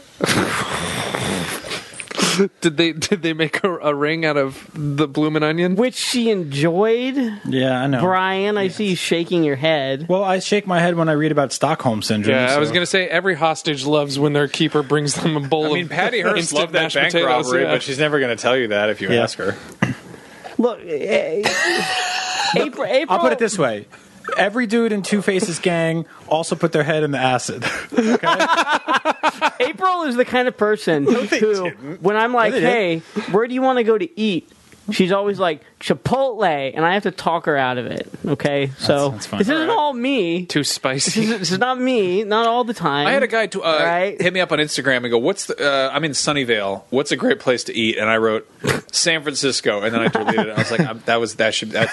D: Did they Did they make a, a ring out of the bloomin' onion?
C: which she enjoyed.
B: yeah, I know.
C: Brian, I see you shaking your head.
B: well, I shake my head when I read about Stockholm syndrome.
D: Yeah, I
B: so-
D: was gonna say every hostage loves when their keeper brings them a bowl.
A: I mean,
D: of
A: Patty Hearst
D: instant
A: loved that
D: mashed
A: bank
D: potatoes,
A: robbery,
D: yeah.
A: but she's never going to tell you that if you
B: Yeah.
A: ask her.
C: Look, eh, April, April.
B: I'll put it this way. Every dude in Two Faces gang also put their head in the acid.
C: April is the kind of person who, when I'm like,
B: No, they
C: "Hey, where do you want to go to eat?" She's always like Chipotle, and I have to talk her out of it. Okay, so
B: sounds fine.
C: this
B: All
C: isn't all me.
D: too
C: This
D: spicy.
C: is, this is not me. Not all the time.
A: I had a guy to, uh,
C: Mm-hmm. Right.
A: hit me up on Instagram and go, "What's the? Uh, I'm in Sunnyvale. What's a great place to eat?" And I wrote San Francisco, and then I deleted it. I was like, I'm, "That was that should." That's,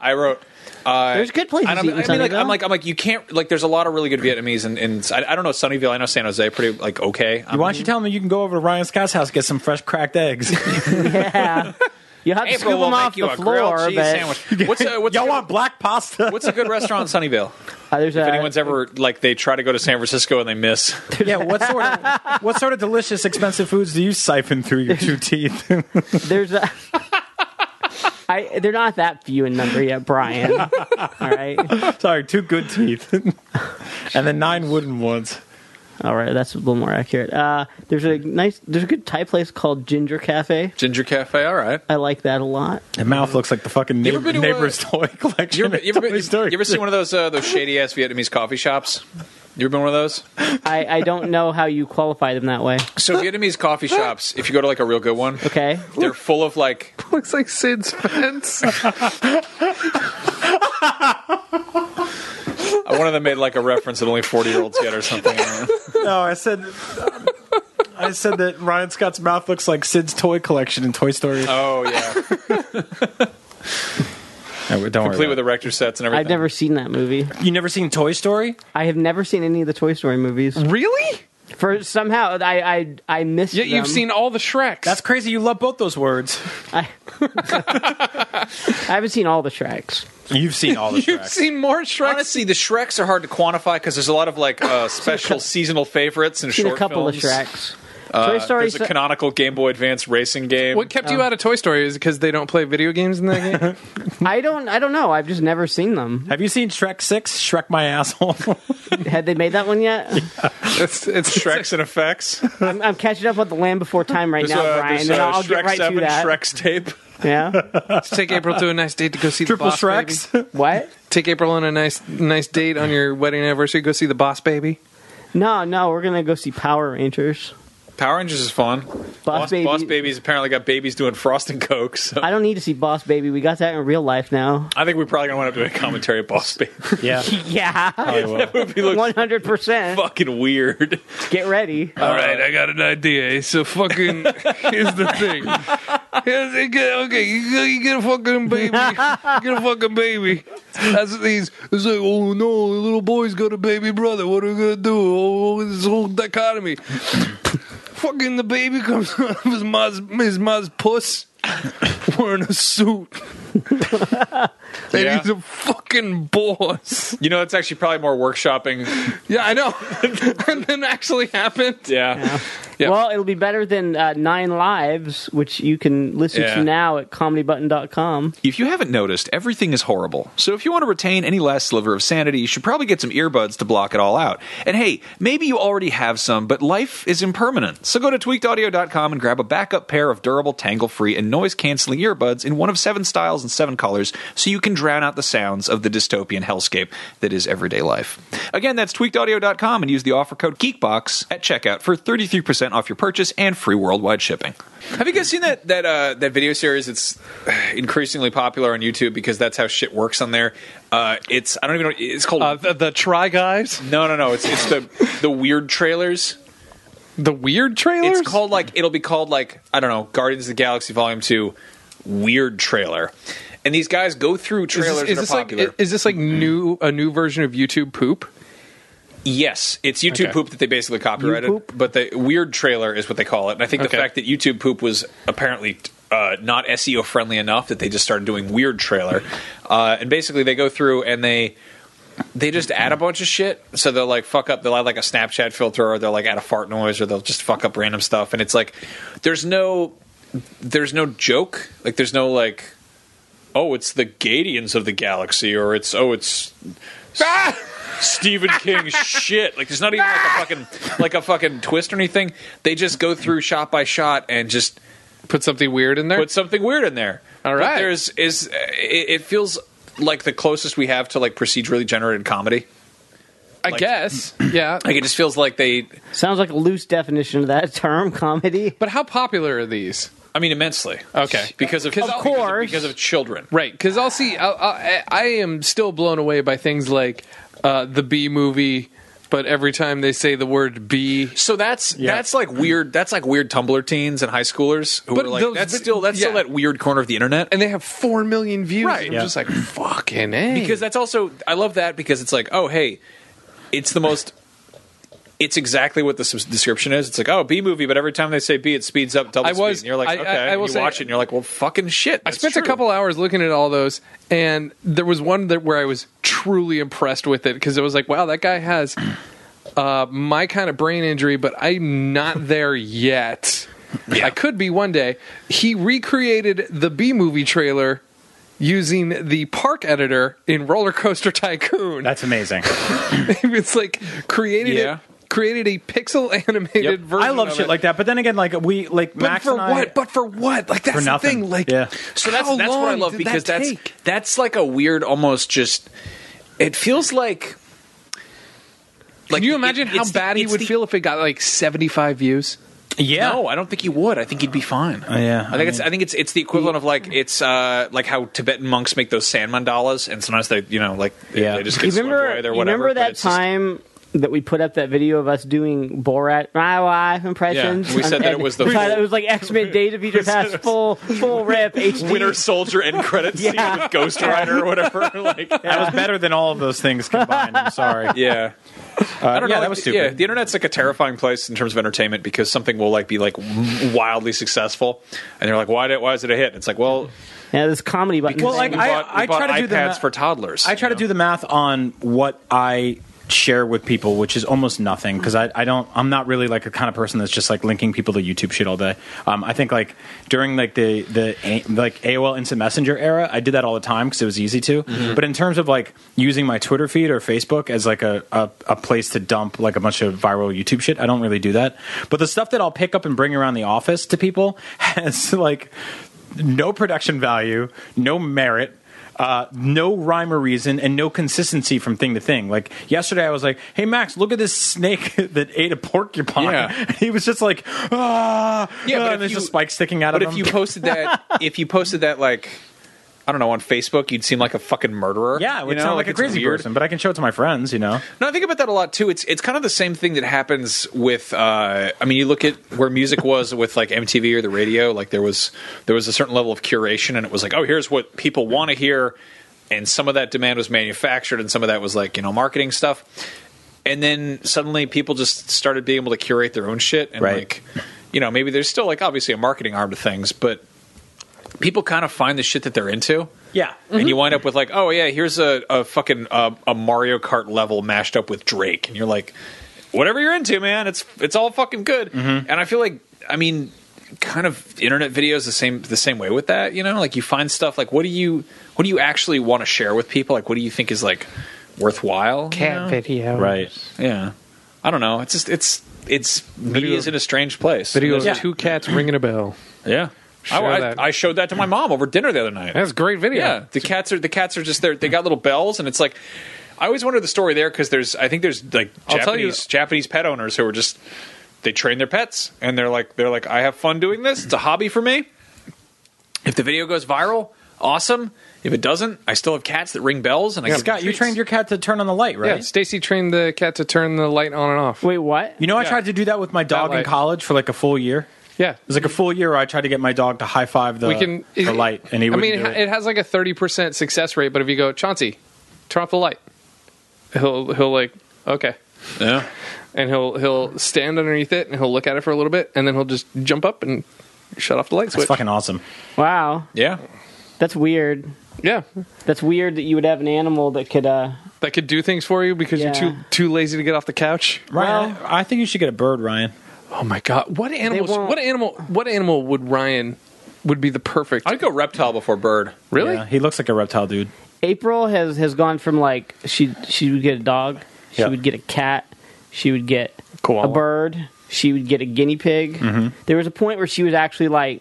A: I wrote. Uh,
C: There's good places
A: and I'm,
C: to eat in
A: I mean, like,
C: Sunnyvale.
A: I'm like, I'm like, you can't like. There's a lot of really good Vietnamese, and, and I, I don't know Sunnyvale. I know San Jose, pretty like okay. I'm,
B: Why don't you tell them you can go over to Ryan Scott's house get some fresh cracked eggs?
C: yeah. You have to scoop
A: April will
C: them
A: make
C: off
A: you
C: the
A: a
C: floor,
A: grilled
C: but
A: cheese sandwich. What's a, what's,
B: Y'all
A: a,
B: want black pasta?
A: what's a good restaurant in Sunnyvale?
C: Uh, there's
A: If
C: a-
A: anyone's ever like, they try to go to San Francisco and they miss.
B: yeah, what sort of what sort of delicious expensive foods do you siphon through your two teeth?
C: There's a. I, they're not that few in number yet, Brian. All right,
B: Sorry, two good teeth, and then nine wooden ones.
C: all right. That's a little more accurate. Uh, there's a nice, there's a good Thai place called Ginger Cafe.
A: Ginger Cafe, all right.
C: I like that a lot.
B: The mouth looks like the fucking
A: ever
B: neighbor,
A: been to a-
B: neighbor's toy collection.
A: You ever,
B: at
A: you, ever,
B: Toy Story.
A: you ever seen one of those uh, those shady ass Vietnamese coffee shops? You ever been one of those?
C: I, I don't know how you qualify them that way.
A: So Vietnamese coffee shops, if you go to like a real good one,
C: Okay,
A: they're full of like
D: Looks like Sid's fence.
A: uh, one of them made like a reference that only forty year olds get or something.
B: No, I said. I said that Ryan Scott's mouth looks like Sid's toy collection in Toy Story.
A: oh yeah,
B: No, don't
A: complete
B: worry.
A: with erector sets and everything.
C: I've never seen that movie.
B: you never seen Toy Story?
C: I have never seen any of the Toy Story movies.
D: really?
C: For somehow, I I I missed.
D: Yet you've
C: them.
D: seen all the Shreks.
B: That's crazy. You love both those words.
C: I, I haven't seen all the Shreks.
B: You've seen all the
D: You've seen more Shreks.
A: Honestly, the Shreks are hard to quantify because there's a lot of like uh, special seasonal favorites and
C: Seen
A: short
C: a couple
A: films.
C: of Shreks.
A: Uh,
C: Toy Story.
A: There's a canonical Game Boy Advance racing game.
D: What kept you out of Toy Story is because they don't play video games in that game.
C: I don't. I don't know. I've just never seen them.
B: Have you seen Shrek Six? Shrek my asshole.
C: Had they made that one yet?
D: it's, it's
A: Shreks and effects.
C: I'm, I'm catching up on the Land Before Time right
A: There's,
C: now,
A: uh,
C: Brian,
A: there's,
C: and
A: uh,
C: I'll
A: Shrek
C: get right
A: Seven,
C: to that.
A: Shrek's tape.
C: Yeah.
D: Let's take April to a nice date to go see
B: Triple
D: the boss baby.
B: Shreks.
C: What?
D: Take April on a nice nice date on your wedding anniversary. Go see the boss baby.
C: No, no, we're gonna go see Power Rangers.
A: Power Rangers is fun. Boss,
C: Baby.
A: Boss Babies apparently got babies doing frost and coke. So
C: I don't need to see Boss Baby. We got that in real life now.
A: I think we're probably gonna wind up doing a commentary at Boss Baby.
B: yeah.
C: Yeah,
B: probably will.
A: It looks
C: one hundred percent.
A: fucking weird.
C: Get ready.
A: Uh,
D: All right, I got an idea. So fucking here's the thing. Here's the- okay, you, get- you get a fucking baby. You get a fucking baby. That's what these. It's like, oh no, the little boy's got a baby brother. What are we gonna do? Oh, this whole dichotomy. fucking the baby comes out of his mom's his mom's puss, wearing a suit. and
A: Yeah.
D: he's a fucking boss.
A: You know, that's actually probably more workshopping.
D: Yeah, I know. and then actually happened.
A: Yeah. Yeah.
C: Well, it'll be better than uh, Nine Lives, which you can listen
A: Yeah.
C: to now at comedybutton.com.
E: If you haven't noticed, everything is horrible. So if you want to retain any last sliver of sanity, you should probably get some earbuds to block it all out. And hey, maybe you already have some, but life is impermanent. So go to tweakedaudio.com and grab a backup pair of durable, tangle free, and noise canceling earbuds in one of seven styles 2007 colors so you can drown out the sounds of the dystopian hellscape that is everyday life. Again, that's tweakedaudio.com and use the offer code GeekBox at checkout for 33% off your purchase and free worldwide shipping.
A: Have you guys seen that that uh, that video series? It's increasingly popular on YouTube because that's how shit works on there. Uh, it's I don't even know. It's called
D: Uh, the, the Try Guys,
A: no no no. It's it's the the weird trailers.
D: the weird trailers.
A: It's called like it'll be called like I don't know Guardians of the Galaxy Volume Two, weird trailer. And these guys go through
D: Is
A: trailers
D: this, is
A: that
D: this
A: are
D: like
A: popular.
D: is this like
A: Mm-hmm.
D: new a new version of YouTube poop?
A: yes, it's YouTube
D: Okay.
A: poop that they basically copyrighted,
C: poop?
A: but the weird trailer is what they call it. And I think
D: Okay.
A: the fact that YouTube poop was apparently uh, not SEO friendly enough that they just started doing weird trailer. Uh, and basically, they go through and they they just add a bunch of shit. So they'll like fuck up. They'll add like a Snapchat filter, or they'll like add a fart noise, or they'll just fuck up random stuff. And it's like there's no there's no joke. Like there's no like oh it's the Gadians of the galaxy, or it's oh it's S- Stephen King shit. Like there's not even like a fucking like a fucking twist or anything. They just go through shot by shot and just
D: Put something weird in there.
A: put something weird in there.
D: All
A: But
D: right.
A: there's is it, it feels like the closest we have to like procedurally generated comedy.
D: I guess. yeah.
A: Like it just feels like they.
C: Sounds like a loose definition of that term, comedy.
D: But how popular are these?
A: I mean, immensely.
D: Okay.
A: Because of,
D: Of
A: because
C: course.
A: because of children.
D: Right, because I'll see. I'll, I, I am still blown away by things like uh, the B movie, but every time they say the word B,
A: So that's that's like weird. That's like weird Tumblr teens and high schoolers who
D: But
A: are like
D: those-
A: that's
D: but-
A: still that's still
D: yeah.
A: that weird corner of the internet.
D: and they have four million views,
A: Right.
D: I'm
A: Yeah.
D: just like fucking a.
A: because that's also I love that because it's like oh hey, it's the most. It's exactly what the subs- description is. It's like oh B movie, but every time they say B, it speeds up double
D: I was-
A: speed. And you're like
D: I- I-
A: okay,
D: I
A: and
D: will
A: you
D: say-
A: watch it and you're like well fucking shit.
D: I spent a couple hours looking at all those, and there was one that where I was truly impressed with it because it was like, wow, that guy has uh, my kind of brain injury, but I'm not there yet. I could be one day. He recreated the B movie trailer using the park editor in Roller Coaster Tycoon.
B: That's amazing.
D: it's like created
A: Yeah.
D: it, created a pixel animated version.
B: I love
D: of
B: shit
D: it.
B: like that. But then again, like we like
D: But
B: Max
D: for
B: and I,
D: what? But for what? Like that's
B: For
D: the
B: nothing.
D: thing. Like
B: Yeah.
A: So that's
D: how
A: that's what I
D: long
A: love
D: did
A: because
D: that
A: that's
D: take?
A: that's like a weird almost just. It feels like.
D: Can you
A: the-
D: imagine
A: it-
D: how
A: it's the-
D: bad he
A: it's
D: would
A: the-
D: feel if it got like 75 views?
B: Yeah.
A: No, I don't think he would. I think he'd be fine.
B: Oh, yeah.
A: I think it's I think it's it's the equivalent of like it's uh like how Tibetan monks make those sand mandalas and sometimes they you know like they-
B: Yeah.
A: they just
C: You
A: get swept
C: remember,
A: away there
C: you
A: whatever.
C: remember
A: but
C: that
A: it's just-
C: time that we put up that video of us doing Borat my wife impressions?
A: Yeah, we said
C: Um,
A: that
C: and
A: it was the
C: we thought
A: full-
C: it was like X Men Data Beater Pass full full rep HD.
A: Winter Soldier end credits
C: Yeah.
A: scene with Ghost Rider or whatever. Like,
B: That was better than all of those things combined. I'm sorry.
A: yeah, I don't
B: Uh, yeah,
A: know.
B: that
A: like,
B: was
A: Yeah,
B: stupid.
A: the internet's like a terrifying place in terms of entertainment because something will like be like wildly successful, and they're like, why did why is it a hit? And it's like, well,
C: Yeah, this comedy button.
B: Well, like
A: we
B: I,
A: bought, we
B: I
A: bought
B: try to
A: iPads
B: do the math
A: for toddlers.
B: I try to do the math on what I share with people, which is almost nothing because I, I don't I'm not really like a kind of person that's just like linking people to YouTube shit all day. Um, I think like during like the the A- like AOL Instant Messenger era, I did that all the time because it was easy to. But in terms of like using my Twitter feed or Facebook as like a, a a place to dump like a bunch of viral YouTube shit, I don't really do that. But the stuff that I'll pick up and bring around the office to people has like no production value, no merit, uh, no rhyme or reason, and no consistency from thing to thing. Like yesterday, I was like, "Hey Max, look at this snake that ate a porcupine."
A: Yeah.
B: And he was just like, "Ah,
A: Yeah, but
B: ah,"
A: if
B: and there's
A: you-
B: just spikes sticking out
A: But
B: of
A: if
B: him.
A: you posted that, if you posted that like. I don't know. On Facebook, you'd seem like a fucking murderer.
B: yeah, it would
A: you know?
B: sound like, a
A: it's
B: crazy
A: weird.
B: person, but I can show it to my friends. You know,
A: No, I think about that a lot too. It's it's kind of the same thing that happens with. Uh, I mean, you look at where music was with like MTV or the radio. Like there was there was a certain level of curation, and it was like, oh, here's what people want to hear, and some of that demand was manufactured, and some of that was like you know marketing stuff. And then suddenly, people just started being able to curate their own shit, and
B: Right.
A: like, you know, maybe there's still like obviously a marketing arm to things, but people kind of find the shit that they're into
B: yeah,
A: and
D: Mm-hmm.
A: you wind up with like, oh yeah, here's a, a fucking uh, a Mario Kart level mashed up with Drake, and you're like, whatever you're into, man, it's it's all fucking good.
D: Mm-hmm.
A: And I feel like, I mean, kind of internet videos the same the same way with that, you know, like you find stuff like what do you what do you actually want to share with people? Like what do you think is like worthwhile?
C: cat video.
B: right.
A: Yeah, I don't know. It's just it's it's media's in a strange place.
D: Video
A: yeah.
D: of two cats ringing a bell.
A: yeah.
D: Show
A: I,
D: that.
A: I, I showed that to my mom over dinner the other night.
D: That's a great video.
A: Yeah, the cats are the cats are just there. They got little bells, and it's like I always wonder the story there because there's I think there's like
D: I'll
A: Japanese
D: tell you-
A: Japanese pet owners who are just they train their pets and they're like they're like I have fun doing this. It's a hobby for me. If the video goes viral, awesome. If it doesn't, I still have cats that ring bells, and I give them
B: Scott, you
A: treats.
B: trained your cat to turn on the light, right?
D: Yeah, Stacy trained the cat to turn the light on and off.
C: Wait, what?
B: You know, I
A: Yeah.
B: tried to do that with my dog in
D: light.
B: college for like a full year.
D: Yeah,
B: It was like a full year where I tried to get my dog to high five the,
D: we can
B: the
D: it-
B: light, and he
D: I
B: wouldn't
D: mean,
B: do
D: it.
B: it.
D: has like a thirty percent success rate, but if you go Chauncey, turn off the light, he'll he'll like okay,
A: Yeah.
D: and he'll he'll stand underneath it and he'll look at it for a little bit, and then he'll just jump up and shut off the light
B: It's
D: switch.
B: fucking awesome.
C: Wow,
A: Yeah.
C: that's weird.
D: yeah,
C: That's weird that you would have an animal that could. uh
D: that could do things for you because
C: Yeah.
D: you're too too lazy to get off the couch.
B: Ryan, I, I think you should get a bird, Ryan.
D: Oh my god, what animal?
C: won't-
D: What animal? What animal would Ryan would be the perfect?
A: I'd go reptile before bird.
D: really?
B: Yeah, he looks like a reptile dude.
C: April has has gone from like she she would get a dog, she
B: Yeah.
C: would get a cat, she would get
D: Koala.
C: a bird, she would get a guinea pig.
A: Mm-hmm.
C: There was a point where she was actually like,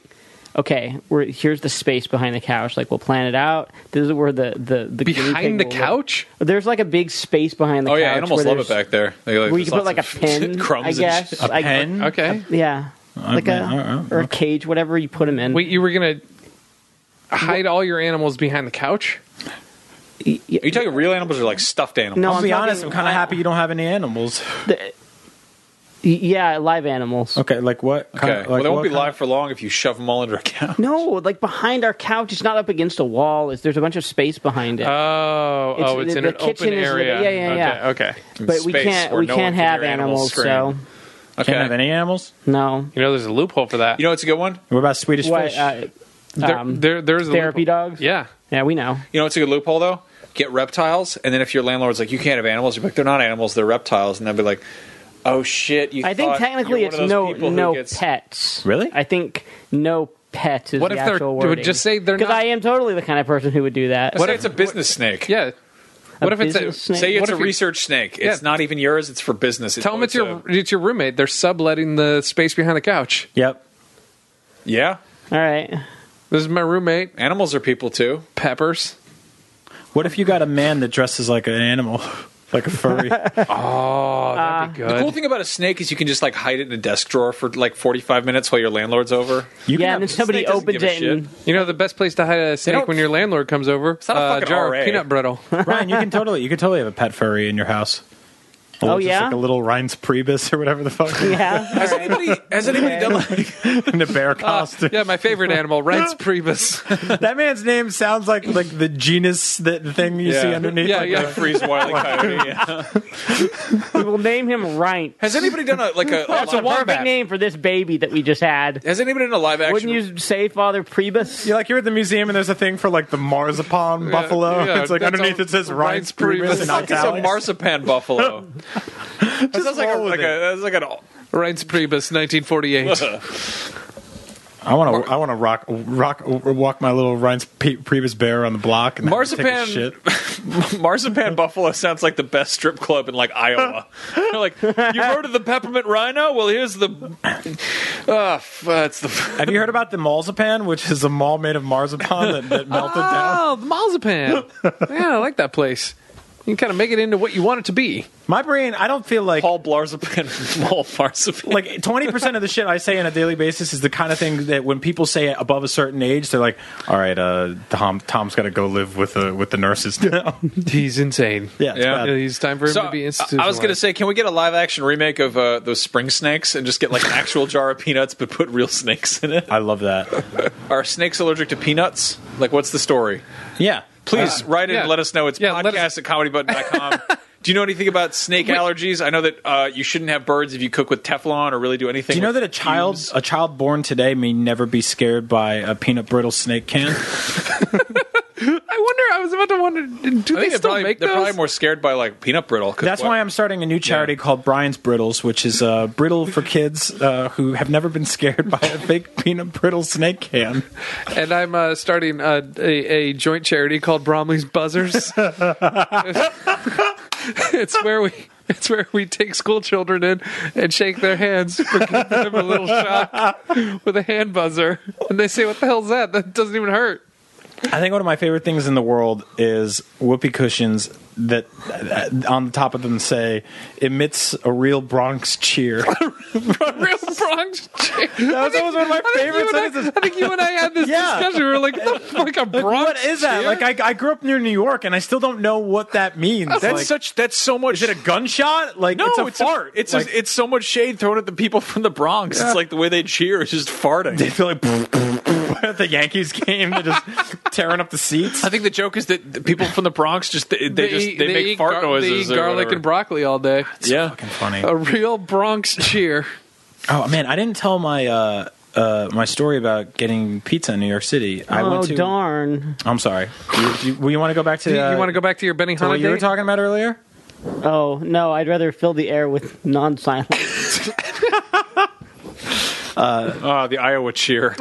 C: "Okay, we're here's the space behind the couch. Like we'll plan it out. This is where the the, the guinea pig
D: Behind the
C: will live."
D: couch?
C: There's like a big space behind the
A: Oh
C: couch.
A: yeah, animals
C: where
A: love it
C: there's-
A: back there. They, like,
C: Where you
A: there's
C: can put like a
A: lots of
C: pin,
A: crumbs
C: I
A: and
C: guess.
A: shit.
B: A
C: I-
B: pen?
D: Okay.
C: Yeah. Like a
B: man, all right,
C: or a cage, whatever you put them in.
D: Wait, you were gonna hide all your animals behind the couch?
A: Are you talking real animals or like stuffed animals?
C: No,
B: I'll
C: I'm
B: be
C: talking-
B: honest, I'm kind of happy you don't have any animals.
C: The- yeah, live animals.
B: Okay, like what?
A: Okay.
B: kind- like
A: well, they
B: what
A: won't be
B: kind-
A: live for long if you shove them all under a couch.
C: No, like behind our couch. It's not up against a wall. It's, there's a bunch of space behind it.
D: Oh,
C: It's-
D: oh, it's
C: the-
D: in
C: the
D: an
C: kitchen
D: open
C: is in the-
D: area.
C: yeah, yeah, yeah.
D: Okay, okay.
C: but we
A: space
C: can't.
A: where
C: We
A: no
C: can't
A: one can
C: have
A: hear
C: animals.
A: animals
C: So
A: Okay.
B: Can't have any animals.
C: no.
D: You know, there's a loophole for that.
A: You know what's a good one?
B: What about Swedish
C: What?
B: fish?
C: Uh,
D: there,
C: um,
D: there- there's a
C: therapy
D: loophole.
C: dogs?
D: Yeah,
C: yeah, we know.
A: You know what's a good loophole though? Get reptiles, and then if your landlord's like, you can't have animals, you're like, they're not animals, they're reptiles, and they'll be like, oh shit. You
C: I think
A: thought-
C: technically
A: you're
C: it's
A: one of those
C: no
A: people who
C: no
A: gets-
C: pets.
B: Really?
C: I think no pet is
D: What
C: the
D: if they're-
C: actual
D: dude,
C: wording.
D: just say they're
C: because
D: not-
C: I am totally the kind of person who would do that.
A: What if it's a business snake?
D: yeah. What if it's a,
C: business snake?
A: Say
D: What
A: it's a
D: if you-
A: research snake.
D: Yeah.
A: It's not even yours. It's for business.
D: Tell them it's your it's your roommate. They're subletting the space behind the couch.
B: yep.
A: yeah.
C: All right.
D: This is my roommate,
A: Animals are people too.
D: Peppers.
B: What if you got a man that dresses like an animal, like a furry?
D: Oh, that'd be good.
A: The cool thing about a snake is you can just like hide it in a desk drawer for like 45 minutes while your landlord's over.
B: You
C: yeah,
B: can
C: and then
B: have,
C: somebody
A: snake doesn't
C: opens
A: give a
C: it and
D: You know the best place to hide a snake
A: don't-
D: when your landlord comes over. It's
A: not a fucking
D: jar
A: RA.
D: of peanut brittle.
B: Ryan, you can totally you can totally have a pet furry in your house. A
C: Oh,
B: little- just
C: yeah?
B: like a little Rhin's Priebus or whatever the fuck,
C: yeah.
A: Has anybody has anybody done like
B: in a
A: Oh,
B: bear costume.
D: yeah, my favorite animal, Reds Priebus.
B: That man's name sounds like like the genus that thing you see
A: Yeah.
B: underneath.
D: Yeah,
B: like
D: yeah.
B: a-
A: freeze wily coyote?
C: we will name him Ryan.
A: Has anybody done a like a,
C: That's a perfect name for this baby that we just had.
A: Has anybody done a live action?
C: Wouldn't you say Father Priebus?
B: You're like you're at the museum and there's a thing for like the marzipan buffalo.
D: yeah,
B: it's like
D: that's
B: underneath
D: all-
B: it says
D: Rhinds
B: Rhinds Priebus.
D: Priebus.
B: and
A: Fuck, it's a
B: italics.
A: marzipan buffalo. that sounds like a,
B: roll with
A: like a that's
B: it.
A: like an.
D: Reds Priebus, 1948.
B: I want to I want to rock rock walk my little Rhinds P- Priebus bear on the block and have him take a
A: Marzipan-
B: shit.
A: marzipan buffalo sounds like the best strip club in like Iowa. They're like, you heard of the peppermint rhino? Well, here's the. Ah, f- uh, it's the.
B: Have you heard about the marzipan, which is a mall made of marzipan that, that melted down?
D: Oh, the marzipan. yeah, I like that place. You can kind of make it into what you want it to be.
B: My brain, I don't feel like
A: Paul Blarzipan, Paul Marzipan.
B: like 20% of the shit I say on a daily basis is the kind of thing that when people say it above a certain age, they're like, all right, uh, Tom, Tom's got to go live with the, with the nurses now.
D: He's insane.
B: yeah. it's
A: Yeah.
B: bad.
D: It's time for him
A: So,
D: to be
A: I-
D: institutionalized.
A: I was gonna say, can we get a live action remake of uh, those spring snakes and just get like an actual jar of peanuts, but put real snakes in it?
B: I love that.
A: Are snakes allergic to peanuts? Like, what's the story?
B: Uh, Yeah.
A: Please write in
D: yeah.
A: and let us know. It's
D: Yeah, let
A: podcast
D: us-
A: at comedybutton.com. Do you know anything about snake allergies? I know that uh, you shouldn't have birds if you cook with Teflon or really do anything.
B: Do you know
A: with
B: that a child
A: fumes.
B: a child born today may never be scared by a peanut brittle snake can?
D: I wonder. I was about to wonder. Do
A: I
D: they
A: think they're,
D: still
A: probably,
D: make
A: they're
D: those?
A: probably more scared by like peanut brittle. 'cause
B: That's
A: what-
B: why I'm starting a new charity called Brian's Brittles, which is uh, brittle for kids uh, who have never been scared by a fake peanut brittle snake can.
D: and I'm uh, starting a, a, a joint charity called Bromley's Buzzers. it's where we It's where we take school children in and shake their hands for giving them a little shock with a hand buzzer. And they say, What the hell's that? That doesn't even hurt.
B: I think one of my favorite things in the world is whoopee cushions that uh, on the top of them say emits a real Bronx cheer.
D: Real Bronx cheer. I
B: that was one of my
D: think you
B: favorite
D: and I-
B: sentences.
D: I think you and I had this
B: Yeah.
D: discussion. We were like, what the fuck, a Bronx
B: what is that?
D: cheer?
B: Like I, I grew up near New York and I still don't know what that means.
A: That's
B: like,
A: such. That's so much.
B: is it a gunshot? Like
A: no,
B: it's a fart.
A: it's
B: like,
A: a, it's so much shade thrown at the people from the Bronx. It's like the way they cheer is just farting.
B: they feel like at the Yankees game. They're just tearing up the seats.
A: I think the joke is that the people from the Bronx just they, they just
D: eat-
A: they, make
D: eat
A: fart
D: gar- They
A: noises.
D: eat garlic and broccoli all day.
A: yeah.
B: Funny.
D: A real Bronx cheer.
B: Oh man, I didn't tell my uh, uh, my story about getting pizza in New York City. I
C: oh
B: went to.
C: darn!
B: I'm sorry. You, you, well, you want to go back to
D: Do you,
B: uh,
D: want to go back to your Benny
B: to what you were
D: Hanna date?
B: talking about earlier?
C: Oh no, I'd rather fill the air with non-silence.
A: Ah, the Iowa cheer.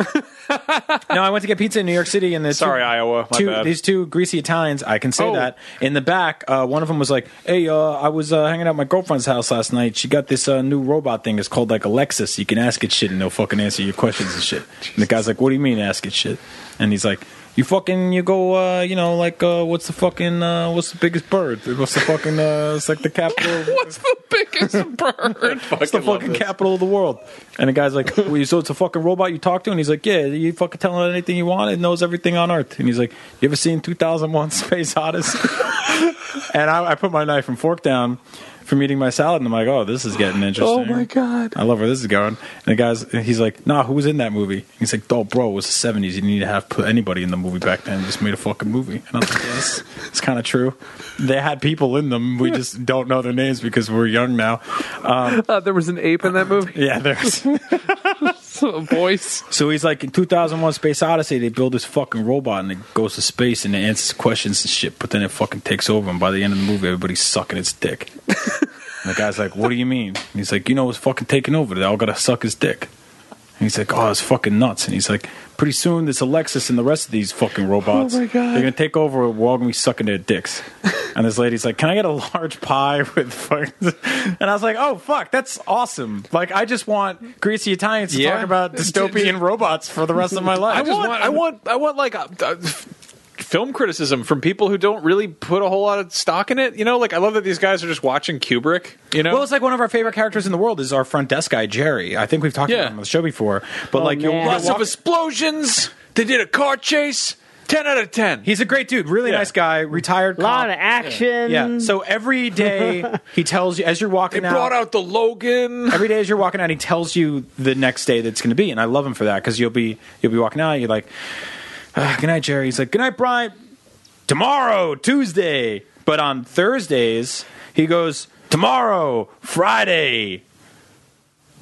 B: No, I went to get pizza in New York City, and the
A: Sorry,
B: two,
A: Iowa. Oh, My
B: two-
A: bad.
B: these two greasy Italians. I can say
D: Oh.
B: that in the back. Uh, one of them was like, "Hey, uh, I was uh, hanging out at my girlfriend's house last night. She got this uh, new robot thing. It's called like Alexis. You can ask it shit, and they'll fucking answer your questions and shit." And the guy's like, "What do you mean, ask it shit?" And he's like. You fucking you go uh you know like uh what's the fucking uh what's the biggest bird what's the fucking uh it's like the capital
D: What's the biggest bird?
B: it's the fucking capital of the world. And the guy's like, well, so it's a fucking robot you talk to? And he's like, yeah, you fucking tell it anything you want. It knows everything on Earth. And he's like, you ever seen 2001 Space Odyssey? and I, I put my knife and fork down from eating my salad. And I'm like, oh, this is getting interesting.
D: Oh my god.
B: I love where this is going. And the guy's, he's like, nah, who was in that movie? And he's like, oh, bro, it was the 70s. You didn't need to have put anybody in the movie back then. You just made a fucking movie. And I'm like, yes, it's kind of true. They had people in them. We just don't know their names because we're young now.
D: Uh, there was an ape in that movie.
B: Yeah, there's.
D: A voice.
B: So he's like, in 2001 Space Odyssey, they build this fucking robot and it goes to space and it answers questions and shit, but then it fucking takes over. And by the end of the movie, everybody's sucking its dick. and the guy's like, What do you mean? And he's like, You know, it's fucking taking over. They all gotta suck his dick. And he's like, Oh, it's fucking nuts. And he's like, Pretty soon, this Alexis and the rest of these fucking robots,
D: Oh my God.
B: they're gonna take over. We're all gonna be sucking their dicks. and this lady's like, Can I get a large pie with fucking. And I was like, Oh, fuck, that's awesome. Like, I just want greasy Italians to
D: Yeah.
B: talk about dystopian robots for the rest of my life.
A: I, want, I want I want like a, a f- film criticism from people who don't really put a whole lot of stock in it. You know, like I love that these guys are just watching Kubrick. You know,
B: Well, it's like one of our favorite characters in the world is our front desk guy Jerry. I think we've talked
A: Yeah.
B: about him on the show before, but
C: Oh,
B: like you'll
C: man.
B: you'll
A: lots of
B: walk-
A: explosions. They did a car chase. Ten out of ten.
B: he's a great dude, really
A: Yeah.
B: nice guy, retired.
C: A lot
B: cop.
C: of action.
B: yeah. So every day he tells you as you're
A: they
B: walking out.
A: brought out the Logan.
B: every day as you're walking out, he tells you the next day that's going to be, and I love him for that because you'll be you'll be walking out, you're like, ah, "Good night, Jerry." He's like, "Good night, Brian." Tomorrow, Tuesday, but on Thursdays he goes tomorrow, Friday.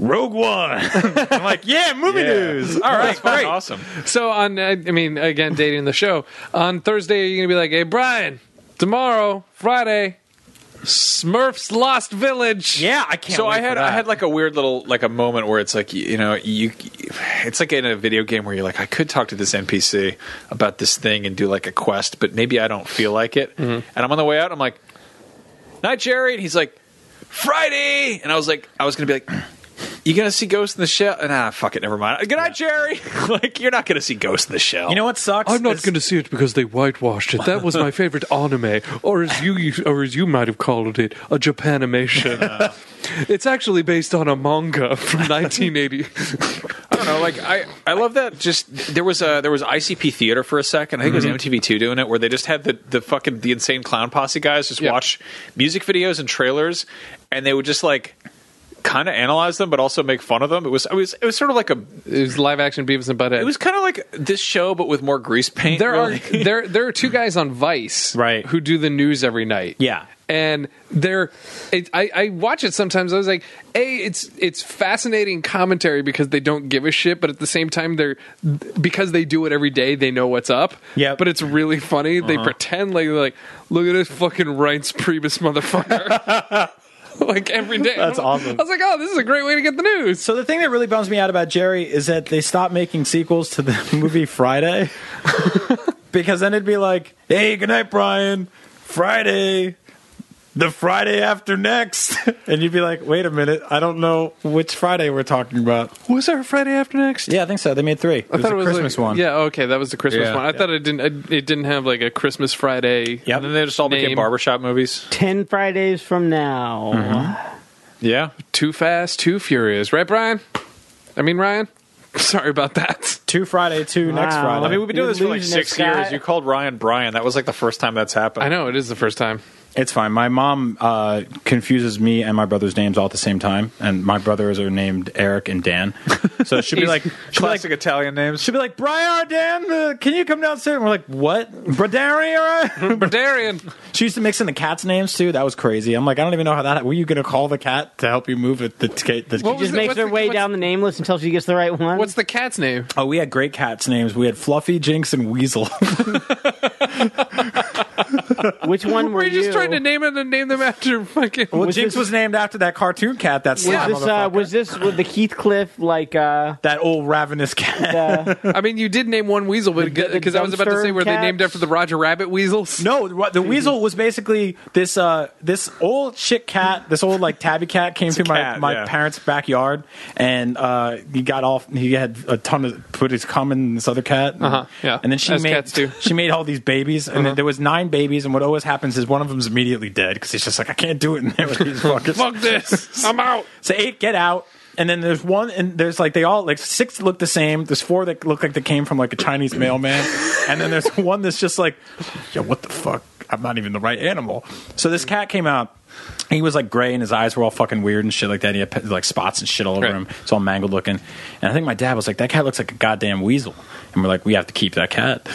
B: Rogue One. I'm like, yeah, movie news. All right, great.
A: Awesome.
D: So on, uh, I I mean, again, dating the show. On Thursday, you're gonna be like, "Hey, Brian, tomorrow, Friday, Smurfs Lost Village."
B: Yeah, I can't.
A: so I
B: wait for
A: had I
B: that.
A: had like a weird little like a moment where it's like you, you know you it's like in a video game where you're like I could talk to this NPC about this thing and do like a quest but maybe I don't feel like it
B: Mm-hmm.
A: and I'm on the way out I'm like night Jerry and he's like Friday and I was like I was gonna be like you gonna see Ghost in the Shell and ah fuck it never mind good night Jerry like you're not gonna see Ghost in the Shell
B: you know what sucks?
D: I'm not
B: It's-
D: going to see it because they whitewashed it. That was my favorite anime, or as you or as you might have called it, a Japanimation. it's actually based on a manga from 1980.
A: I don't know. Like I, I love that. Just there was a there was ICP theater for a second. I think
D: Mm-hmm.
A: it was MTV two doing it, where they just had the the fucking the insane clown posse guys just
D: Yeah.
A: watch music videos and trailers, and they would just like kind of analyze them, but also make fun of them. It was it was it was sort of like a
D: it was live action Beavis and Butthead.
A: it was kind of like this show, but with more grease paint.
D: there
A: really.
D: are there there are two guys on Vice
B: Right.
D: who do the news every night.
B: Yeah.
D: And they're, it, I, I watch it sometimes. I was like, a, it's it's fascinating commentary because they don't give a shit, but at the same time, they're because they do it every day, they know what's up.
B: Yep. Uh-huh.
D: But it's really funny. They pretend like they're like, look at this fucking Reince Priebus motherfucker. like every day.
B: That's awesome.
D: I was like, oh, this is a great way to get the news.
B: So the thing that really bums me out about Jerry is that they stopped making sequels to the movie Friday, because then it'd be like, "Hey, good night, Brian. Friday, the Friday after next. and you'd be like, wait a minute, I don't know which Friday we're talking about.
D: Was there a Friday after next?
B: Yeah, I think so. They made three.
D: I thought it was
B: a Christmas
D: like-
B: one.
D: Yeah, okay, that was the Christmas
F: Yeah.
D: one. I thought it didn't. It didn't have like a Christmas Friday.
B: Yep.
A: And then they just all became
D: Name.
A: barbershop movies.
C: Ten Fridays from now.
D: Mm-hmm.
A: Yeah.
D: Too fast, too furious, right, Brian? I mean, Ryan. Sorry about that.
B: Two Friday, two next
C: Wow.
B: Friday.
C: I
A: I mean, we've been doing
C: You're
A: this for like
C: losing it,
A: six years.
C: Scott.
A: You called Ryan Brian. That was like the first time that's happened.
D: I know it is the first time.
B: It's fine. My mom uh, confuses me and my brother's names all at the same time, and my brothers are named Eric and Dan. So she'll be like, she'll be like,
A: Classic Italian names.
B: she'll be like, Briar Dan, uh, can you come downstairs? And we're like, what, Bradaria?
D: Bardarian.
B: she used to mix in the cat's names too. That was crazy. I'm like, I don't even know how that. Were you gonna call the cat to help you move it? The, t- the
D: What was
C: Just
D: the-
C: makes
D: what's
C: her
D: the-
C: way
D: what's-
C: down the name list until she gets the right one.
D: What's the cat's name?
B: Oh, we had great cats' names. We had Fluffy, Jinx, and Weasel.
C: Which one were
D: We're
C: you?
D: just trying to name it and name them after fucking.
B: well,
C: Was
B: Jinx
C: this-
B: was named after that cartoon cat. That
C: Was
B: slap
C: this uh,
B: motherfucker.
C: was this with the Heathcliff like uh,
B: that old ravenous cat.
C: the
D: I mean, you did name one weasel, but
C: The- the
D: because I was about to say
C: dumpster
D: were they
C: cats?
D: named after the Roger Rabbit weasels?
B: No, what- the weasel was basically this uh, this old shit cat, this old like tabby cat came through
A: cat,
B: my, my
A: yeah.
B: parents' backyard, and uh, he got off. He had a ton of put his cum in this other cat. And,
D: Uh-huh, yeah.
B: and then she
D: As
B: made
D: cats do. Uh-huh.
B: she made all these babies, and then there was nine babies. And what always happens is one of them's immediately dead because he's just like, I can't do it in there with these fuckers.
D: Fuck this. I'm out.
B: So eight get out, and then there's one, and there's like they all like six look the same. There's four that look like they came from like a Chinese mailman, and then there's one that's just like, yo, what the fuck? I'm not even the right animal. So this cat came out. and He was like gray, and his eyes were all fucking weird and shit like that. He had like spots and shit all over
D: Right.
B: him. It's all mangled looking. And I think my dad was like, "That cat looks like a goddamn weasel," and we're like, "We have to keep that cat."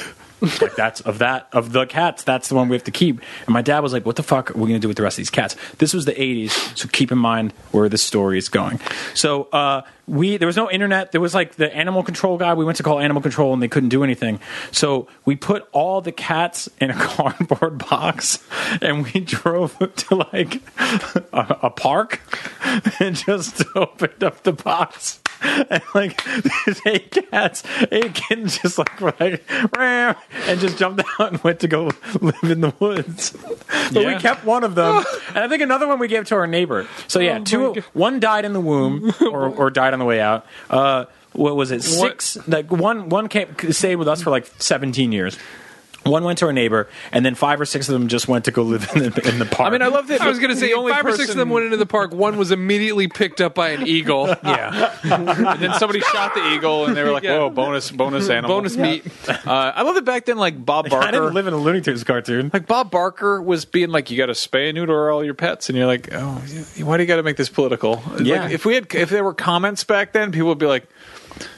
B: like that's of that of the cats that's the one we have to keep and my dad was like what the fuck are we gonna do with the rest of these cats this was the 80s so keep in mind where this story is going so uh we there was no internet there was like the animal control guy we went to call animal control and they couldn't do anything so we put all the cats in a cardboard box and we drove to like a, a park and just opened up the box and like these eight cats, eight kittens, just like were like ram, and just jumped out and went to go live in the woods. But we
A: Yeah.
B: kept one of them, and I think another one we gave to our neighbor. So yeah,
A: Oh
B: two, one died in the womb or, or died on the way out. Uh, what was it? Six? Like one one came, stayed with us for like seventeen years. One went to our neighbor, and then five or six of them just went to go live in the, in the park.
A: I mean, I love that.
D: I was going to
A: the
D: say
A: only
D: five or six of them
A: person-
D: went into the park. One was immediately picked up by an eagle.
A: Yeah. and then somebody shot the eagle, and they were like,
D: Yeah.
A: "Whoa, bonus, bonus animal,
D: Bonus meat.
A: Uh, I love that back then, like Bob
B: I
A: Barker.
B: didn't live in a Looney Tunes cartoon.
A: like Bob Barker was being like, "You got to spay and neuter all your pets," and you're like, "Oh, why do you got to make this political?"
B: Yeah.
A: Like, if we had, if there were comments back then, people would be like,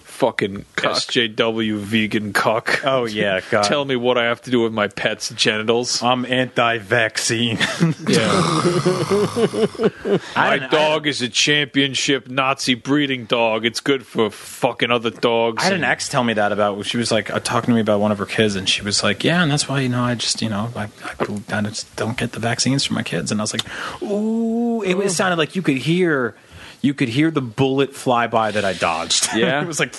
A: "Fucking SJW vegan cuck."
B: Oh yeah, God.
A: Tell me what I have to do with my pet's genitals.
B: I'm anti-vaccine.
A: My
B: don't-
A: dog is a championship Nazi breeding dog. It's good for fucking other dogs.
B: I had an
A: and-
B: ex tell me that about. She was like uh, talking to me about one of her kids, and she was like, "Yeah, and that's why you know I just you know I, I, I just don't get the vaccines for my kids." And I was like, "Ooh!" It, was- it sounded like you could hear, you could hear the bullet fly by that I dodged.
A: Yeah.
B: it was like,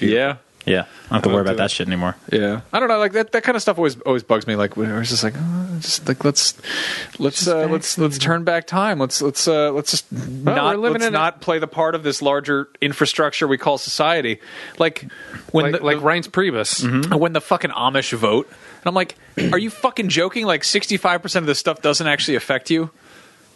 A: Yeah.
B: yeah, I don't have to worry
A: do that.
B: about that shit anymore.
A: Yeah, I don't know. Like that, that kind of stuff always always bugs me. Like I was just like, oh, just like let's let's uh, let's let's turn back time. Let's let's uh, let's just not
D: we're living
A: let's
D: in a-
A: not play the part of this larger infrastructure we call society. Like when
D: Like,
A: the, Mm-hmm.
D: like
A: the-
D: Reince Priebus.
A: when the fucking Amish vote, and I'm like, are you fucking joking? Like 65 percent of this stuff doesn't actually affect you.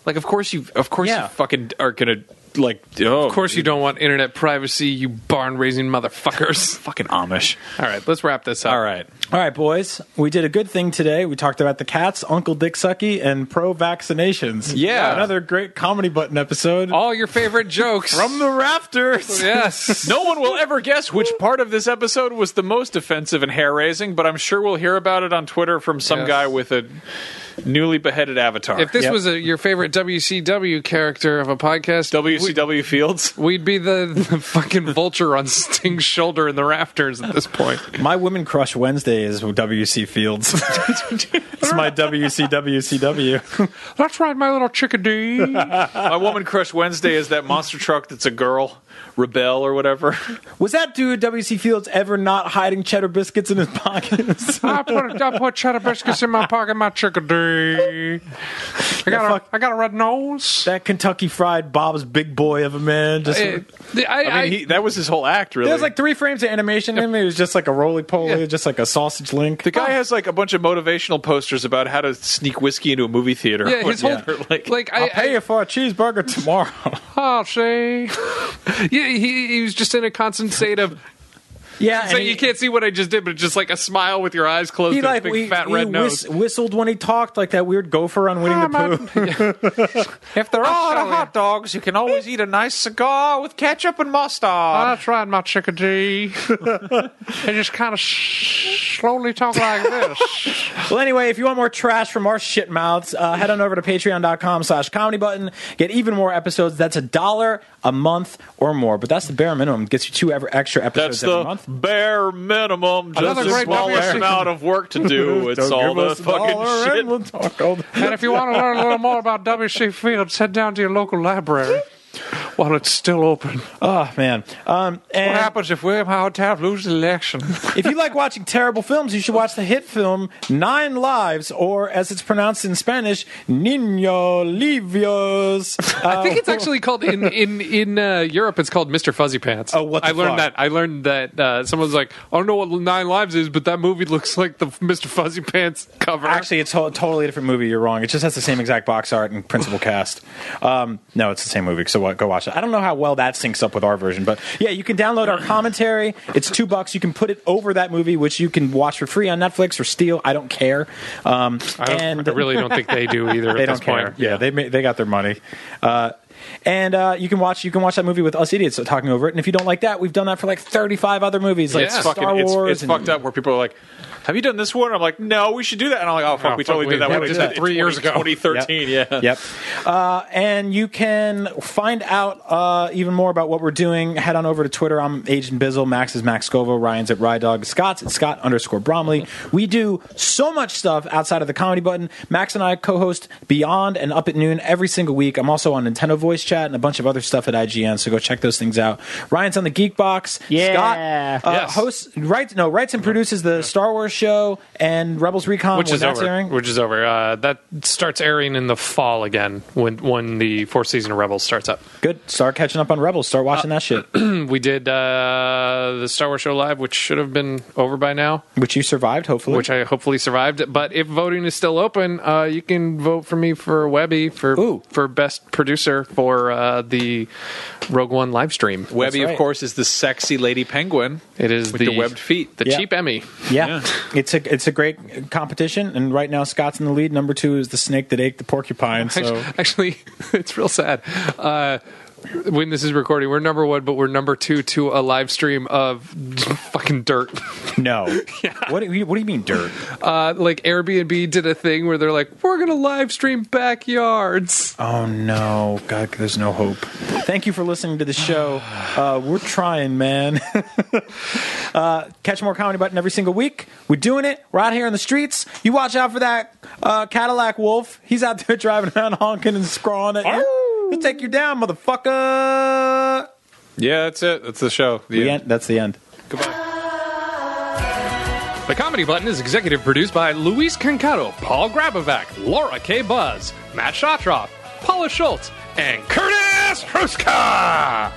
A: Like of course you of course
B: Yeah.
A: you fucking are gonna like oh
D: Of course, you don't want internet privacy, you barn raising motherfuckers.
A: fucking Amish.
D: All right, let's wrap this up.
A: All right.
B: All right, boys, we did a good thing today. We talked about the cats, Uncle Dick Sucky, and pro vaccinations.
A: Yeah.
B: another great comedy button episode
D: All your favorite jokes.
B: from the rafters.
D: yes.
A: No one will ever guess which part of this episode was the most offensive and hair raising, but I'm sure we'll hear about it on Twitter from some
D: Yes.
A: guy with a newly beheaded avatar.
D: If this
B: Yep.
D: was a, your favorite WCW character of a podcast,
A: WCW Fields,
D: We'd be the, the fucking vulture on Sting's shoulder in the rafters at this point.
B: My women crush Wednesday is WC Fields. it's my WCWCW.
D: That's right, my little chickadee.
A: my woman crush Wednesday is that monster truck that's a girl.
E: Rebel or whatever.
B: Was that dude W.C. Fields ever not hiding cheddar biscuits in his pockets?
D: I put, I put cheddar biscuits in my pocket, my chickadee. I got, a,
B: fuck-
D: I got a red nose.
B: that Kentucky Fried Bob's big boy of a man. Just
D: Eh, the- I,
E: I mean, he, that was his whole act, really.
B: there was like three frames of animation in him. It was just like a roly poly,
D: Yeah.
B: just like a sausage link.
E: the guy
D: Oh.
E: has like a bunch of motivational posters about how to sneak whiskey into a movie theater.
D: yeah, his whole like, I,
B: I'll pay you for a cheeseburger tomorrow.
D: I'll say. yeah, he, he was just in a constant state of.
B: yeah,
D: So you can't see what I just did, but just like a smile with your eyes closed,
B: He
D: and a
B: like
D: big
B: we,
D: fat
B: he
D: red
B: whis-
D: nose.
B: whistled when he talked, like that weird gopher on Winnie the Pooh.
E: if there
D: out
E: are
D: of Oh, hot
E: dogs, you can always eat a nice cigar with ketchup and mustard.
D: I tried my chickadee. and just kind of sh- slowly talk like this.
B: Well, anyway, if you want more trash from our shit mouths, uh, head on over to patreon.com slash comedy button. Get even more episodes. That's a dollar a month or more, but that's the bare minimum. Gets you two ever extra episodes
E: That's
B: every
E: the
B: month.
E: bare minimum. Just
D: Another
E: a
D: great
E: small
D: WSC.
E: amount of work to do. It's all the fucking shit.
B: We'll talk all the-
D: And if you want to learn a little more about W.C. Fields, head down to your local library while it's still open.
B: oh, man. Um,
D: What
B: and
D: happens if William Howard Taft loses the election?
B: if you like watching terrible films, you should watch the hit film Nine Lives, or as it's pronounced in Spanish, Niño Livios.
D: I think it's actually called in in in uh, Europe. It's called Mr. Fuzzy Pants.
B: Oh, what the
D: I learned
B: fuck?
D: that. I learned that uh, someone was like, I don't know what Nine Lives is, but that movie looks like the Mr. Fuzzy Pants cover.
B: Actually, it's a totally different movie. You're wrong. It just has the same exact box art and principal cast. Um, no, it's the same movie. So what, go watch it. I don't know how well that syncs up with our version, but yeah, you can download our commentary. It's two bucks. You can put it over that movie, which you can watch for free on Netflix or steal. I don't care. Um,
D: I, don't-
B: and
D: I really don't think they do either.
B: they
D: at
B: don't
D: this
B: care.
D: Point.
B: Yeah, they ma- they got their money. Uh, and uh, you can watch you can watch that movie with us idiots talking over it. And if you don't like that, we've done that for like 35 other movies, like
D: Yeah.
B: Star
E: fucking, it's-
B: Wars.
E: It's,
B: and-
E: fucked up where people are like, "Have you done this one?" I'm like, "No, we should do that." And I'm like, "Oh fuck,
D: Oh,
E: we
D: fuck,
E: totally
D: we-
E: did that
D: yeah,
E: one
D: we
E: It's
D: did that
E: in
D: three years ago.
E: 2013." Yeah,
B: Yep. Uh, and you can find out uh, even more about what we're doing. Head on over to Twitter. I'm Agent Bizzle. Max is Max Scovo. Ryan's at Rye Dog. Scott's at Scott underscore Bromley.
D: Mm-hmm.
B: We do so much stuff outside of the comedy button. Max and I co host Beyond and Up at Noon every single week. I'm also on Nintendo Voice Chat and a bunch of other stuff at IGN, so go check those things out. Ryan's on the Geek Box.
C: Yeah.
B: Scott uh,
D: Yes. Mm-hmm.
B: hosts, writes, no, writes and produces the Star Wars show and Rebels Recon
D: Which
B: when
D: is
B: that's
D: over.
B: airing.
D: Which is over. Uh, that starts airing in the fall again when when the fourth season of Rebels starts up.
B: Good. Start catching up on Rebels. Start watching that shit.
D: We did uh, the Star Wars show live, which should have been over by now,
B: Which you survived, hopefully.
D: which I hopefully survived. But if voting is still open, uh, you can vote for me for Webby for
B: Ooh.
D: for best producer for uh, the Rogue One live stream.
E: Webby,
B: right.
E: of course, is the sexy lady penguin.
D: It is
E: with
D: the,
E: the webbed feet.
D: the
B: Yeah.
D: cheap Emmy.
B: yeah.
E: Yeah.
B: it's a it's a great competition, and right now Scott's in the lead. Number two is the snake that ate the porcupine. So
D: Actually, it's real sad. Uh, when this is recording, we're number one, but we're number two to a live stream of fucking dirt.
B: no, what do you, what do you mean dirt?
D: Uh, like Airbnb did a thing where they're like, "We're gonna live stream backyards."
B: Oh no, God, there's no hope. Thank you for listening to the show. Uh, we're trying, man. uh, catch more comedy button every single week. We're doing it. We're out here in the streets. You watch out for that uh, Cadillac Wolf. He's out there driving around honking and scrawling at you. He'll take you down, motherfucker.
E: Yeah, that's it. That's the show. The
B: The
E: end.
B: end. That's the end.
D: The Comedy Button is executive produced by Luis Cancado, Paul Grabovac, Laura K. Buzz, Matt Shotroff, Paula Schultz, and Curtis Hruska.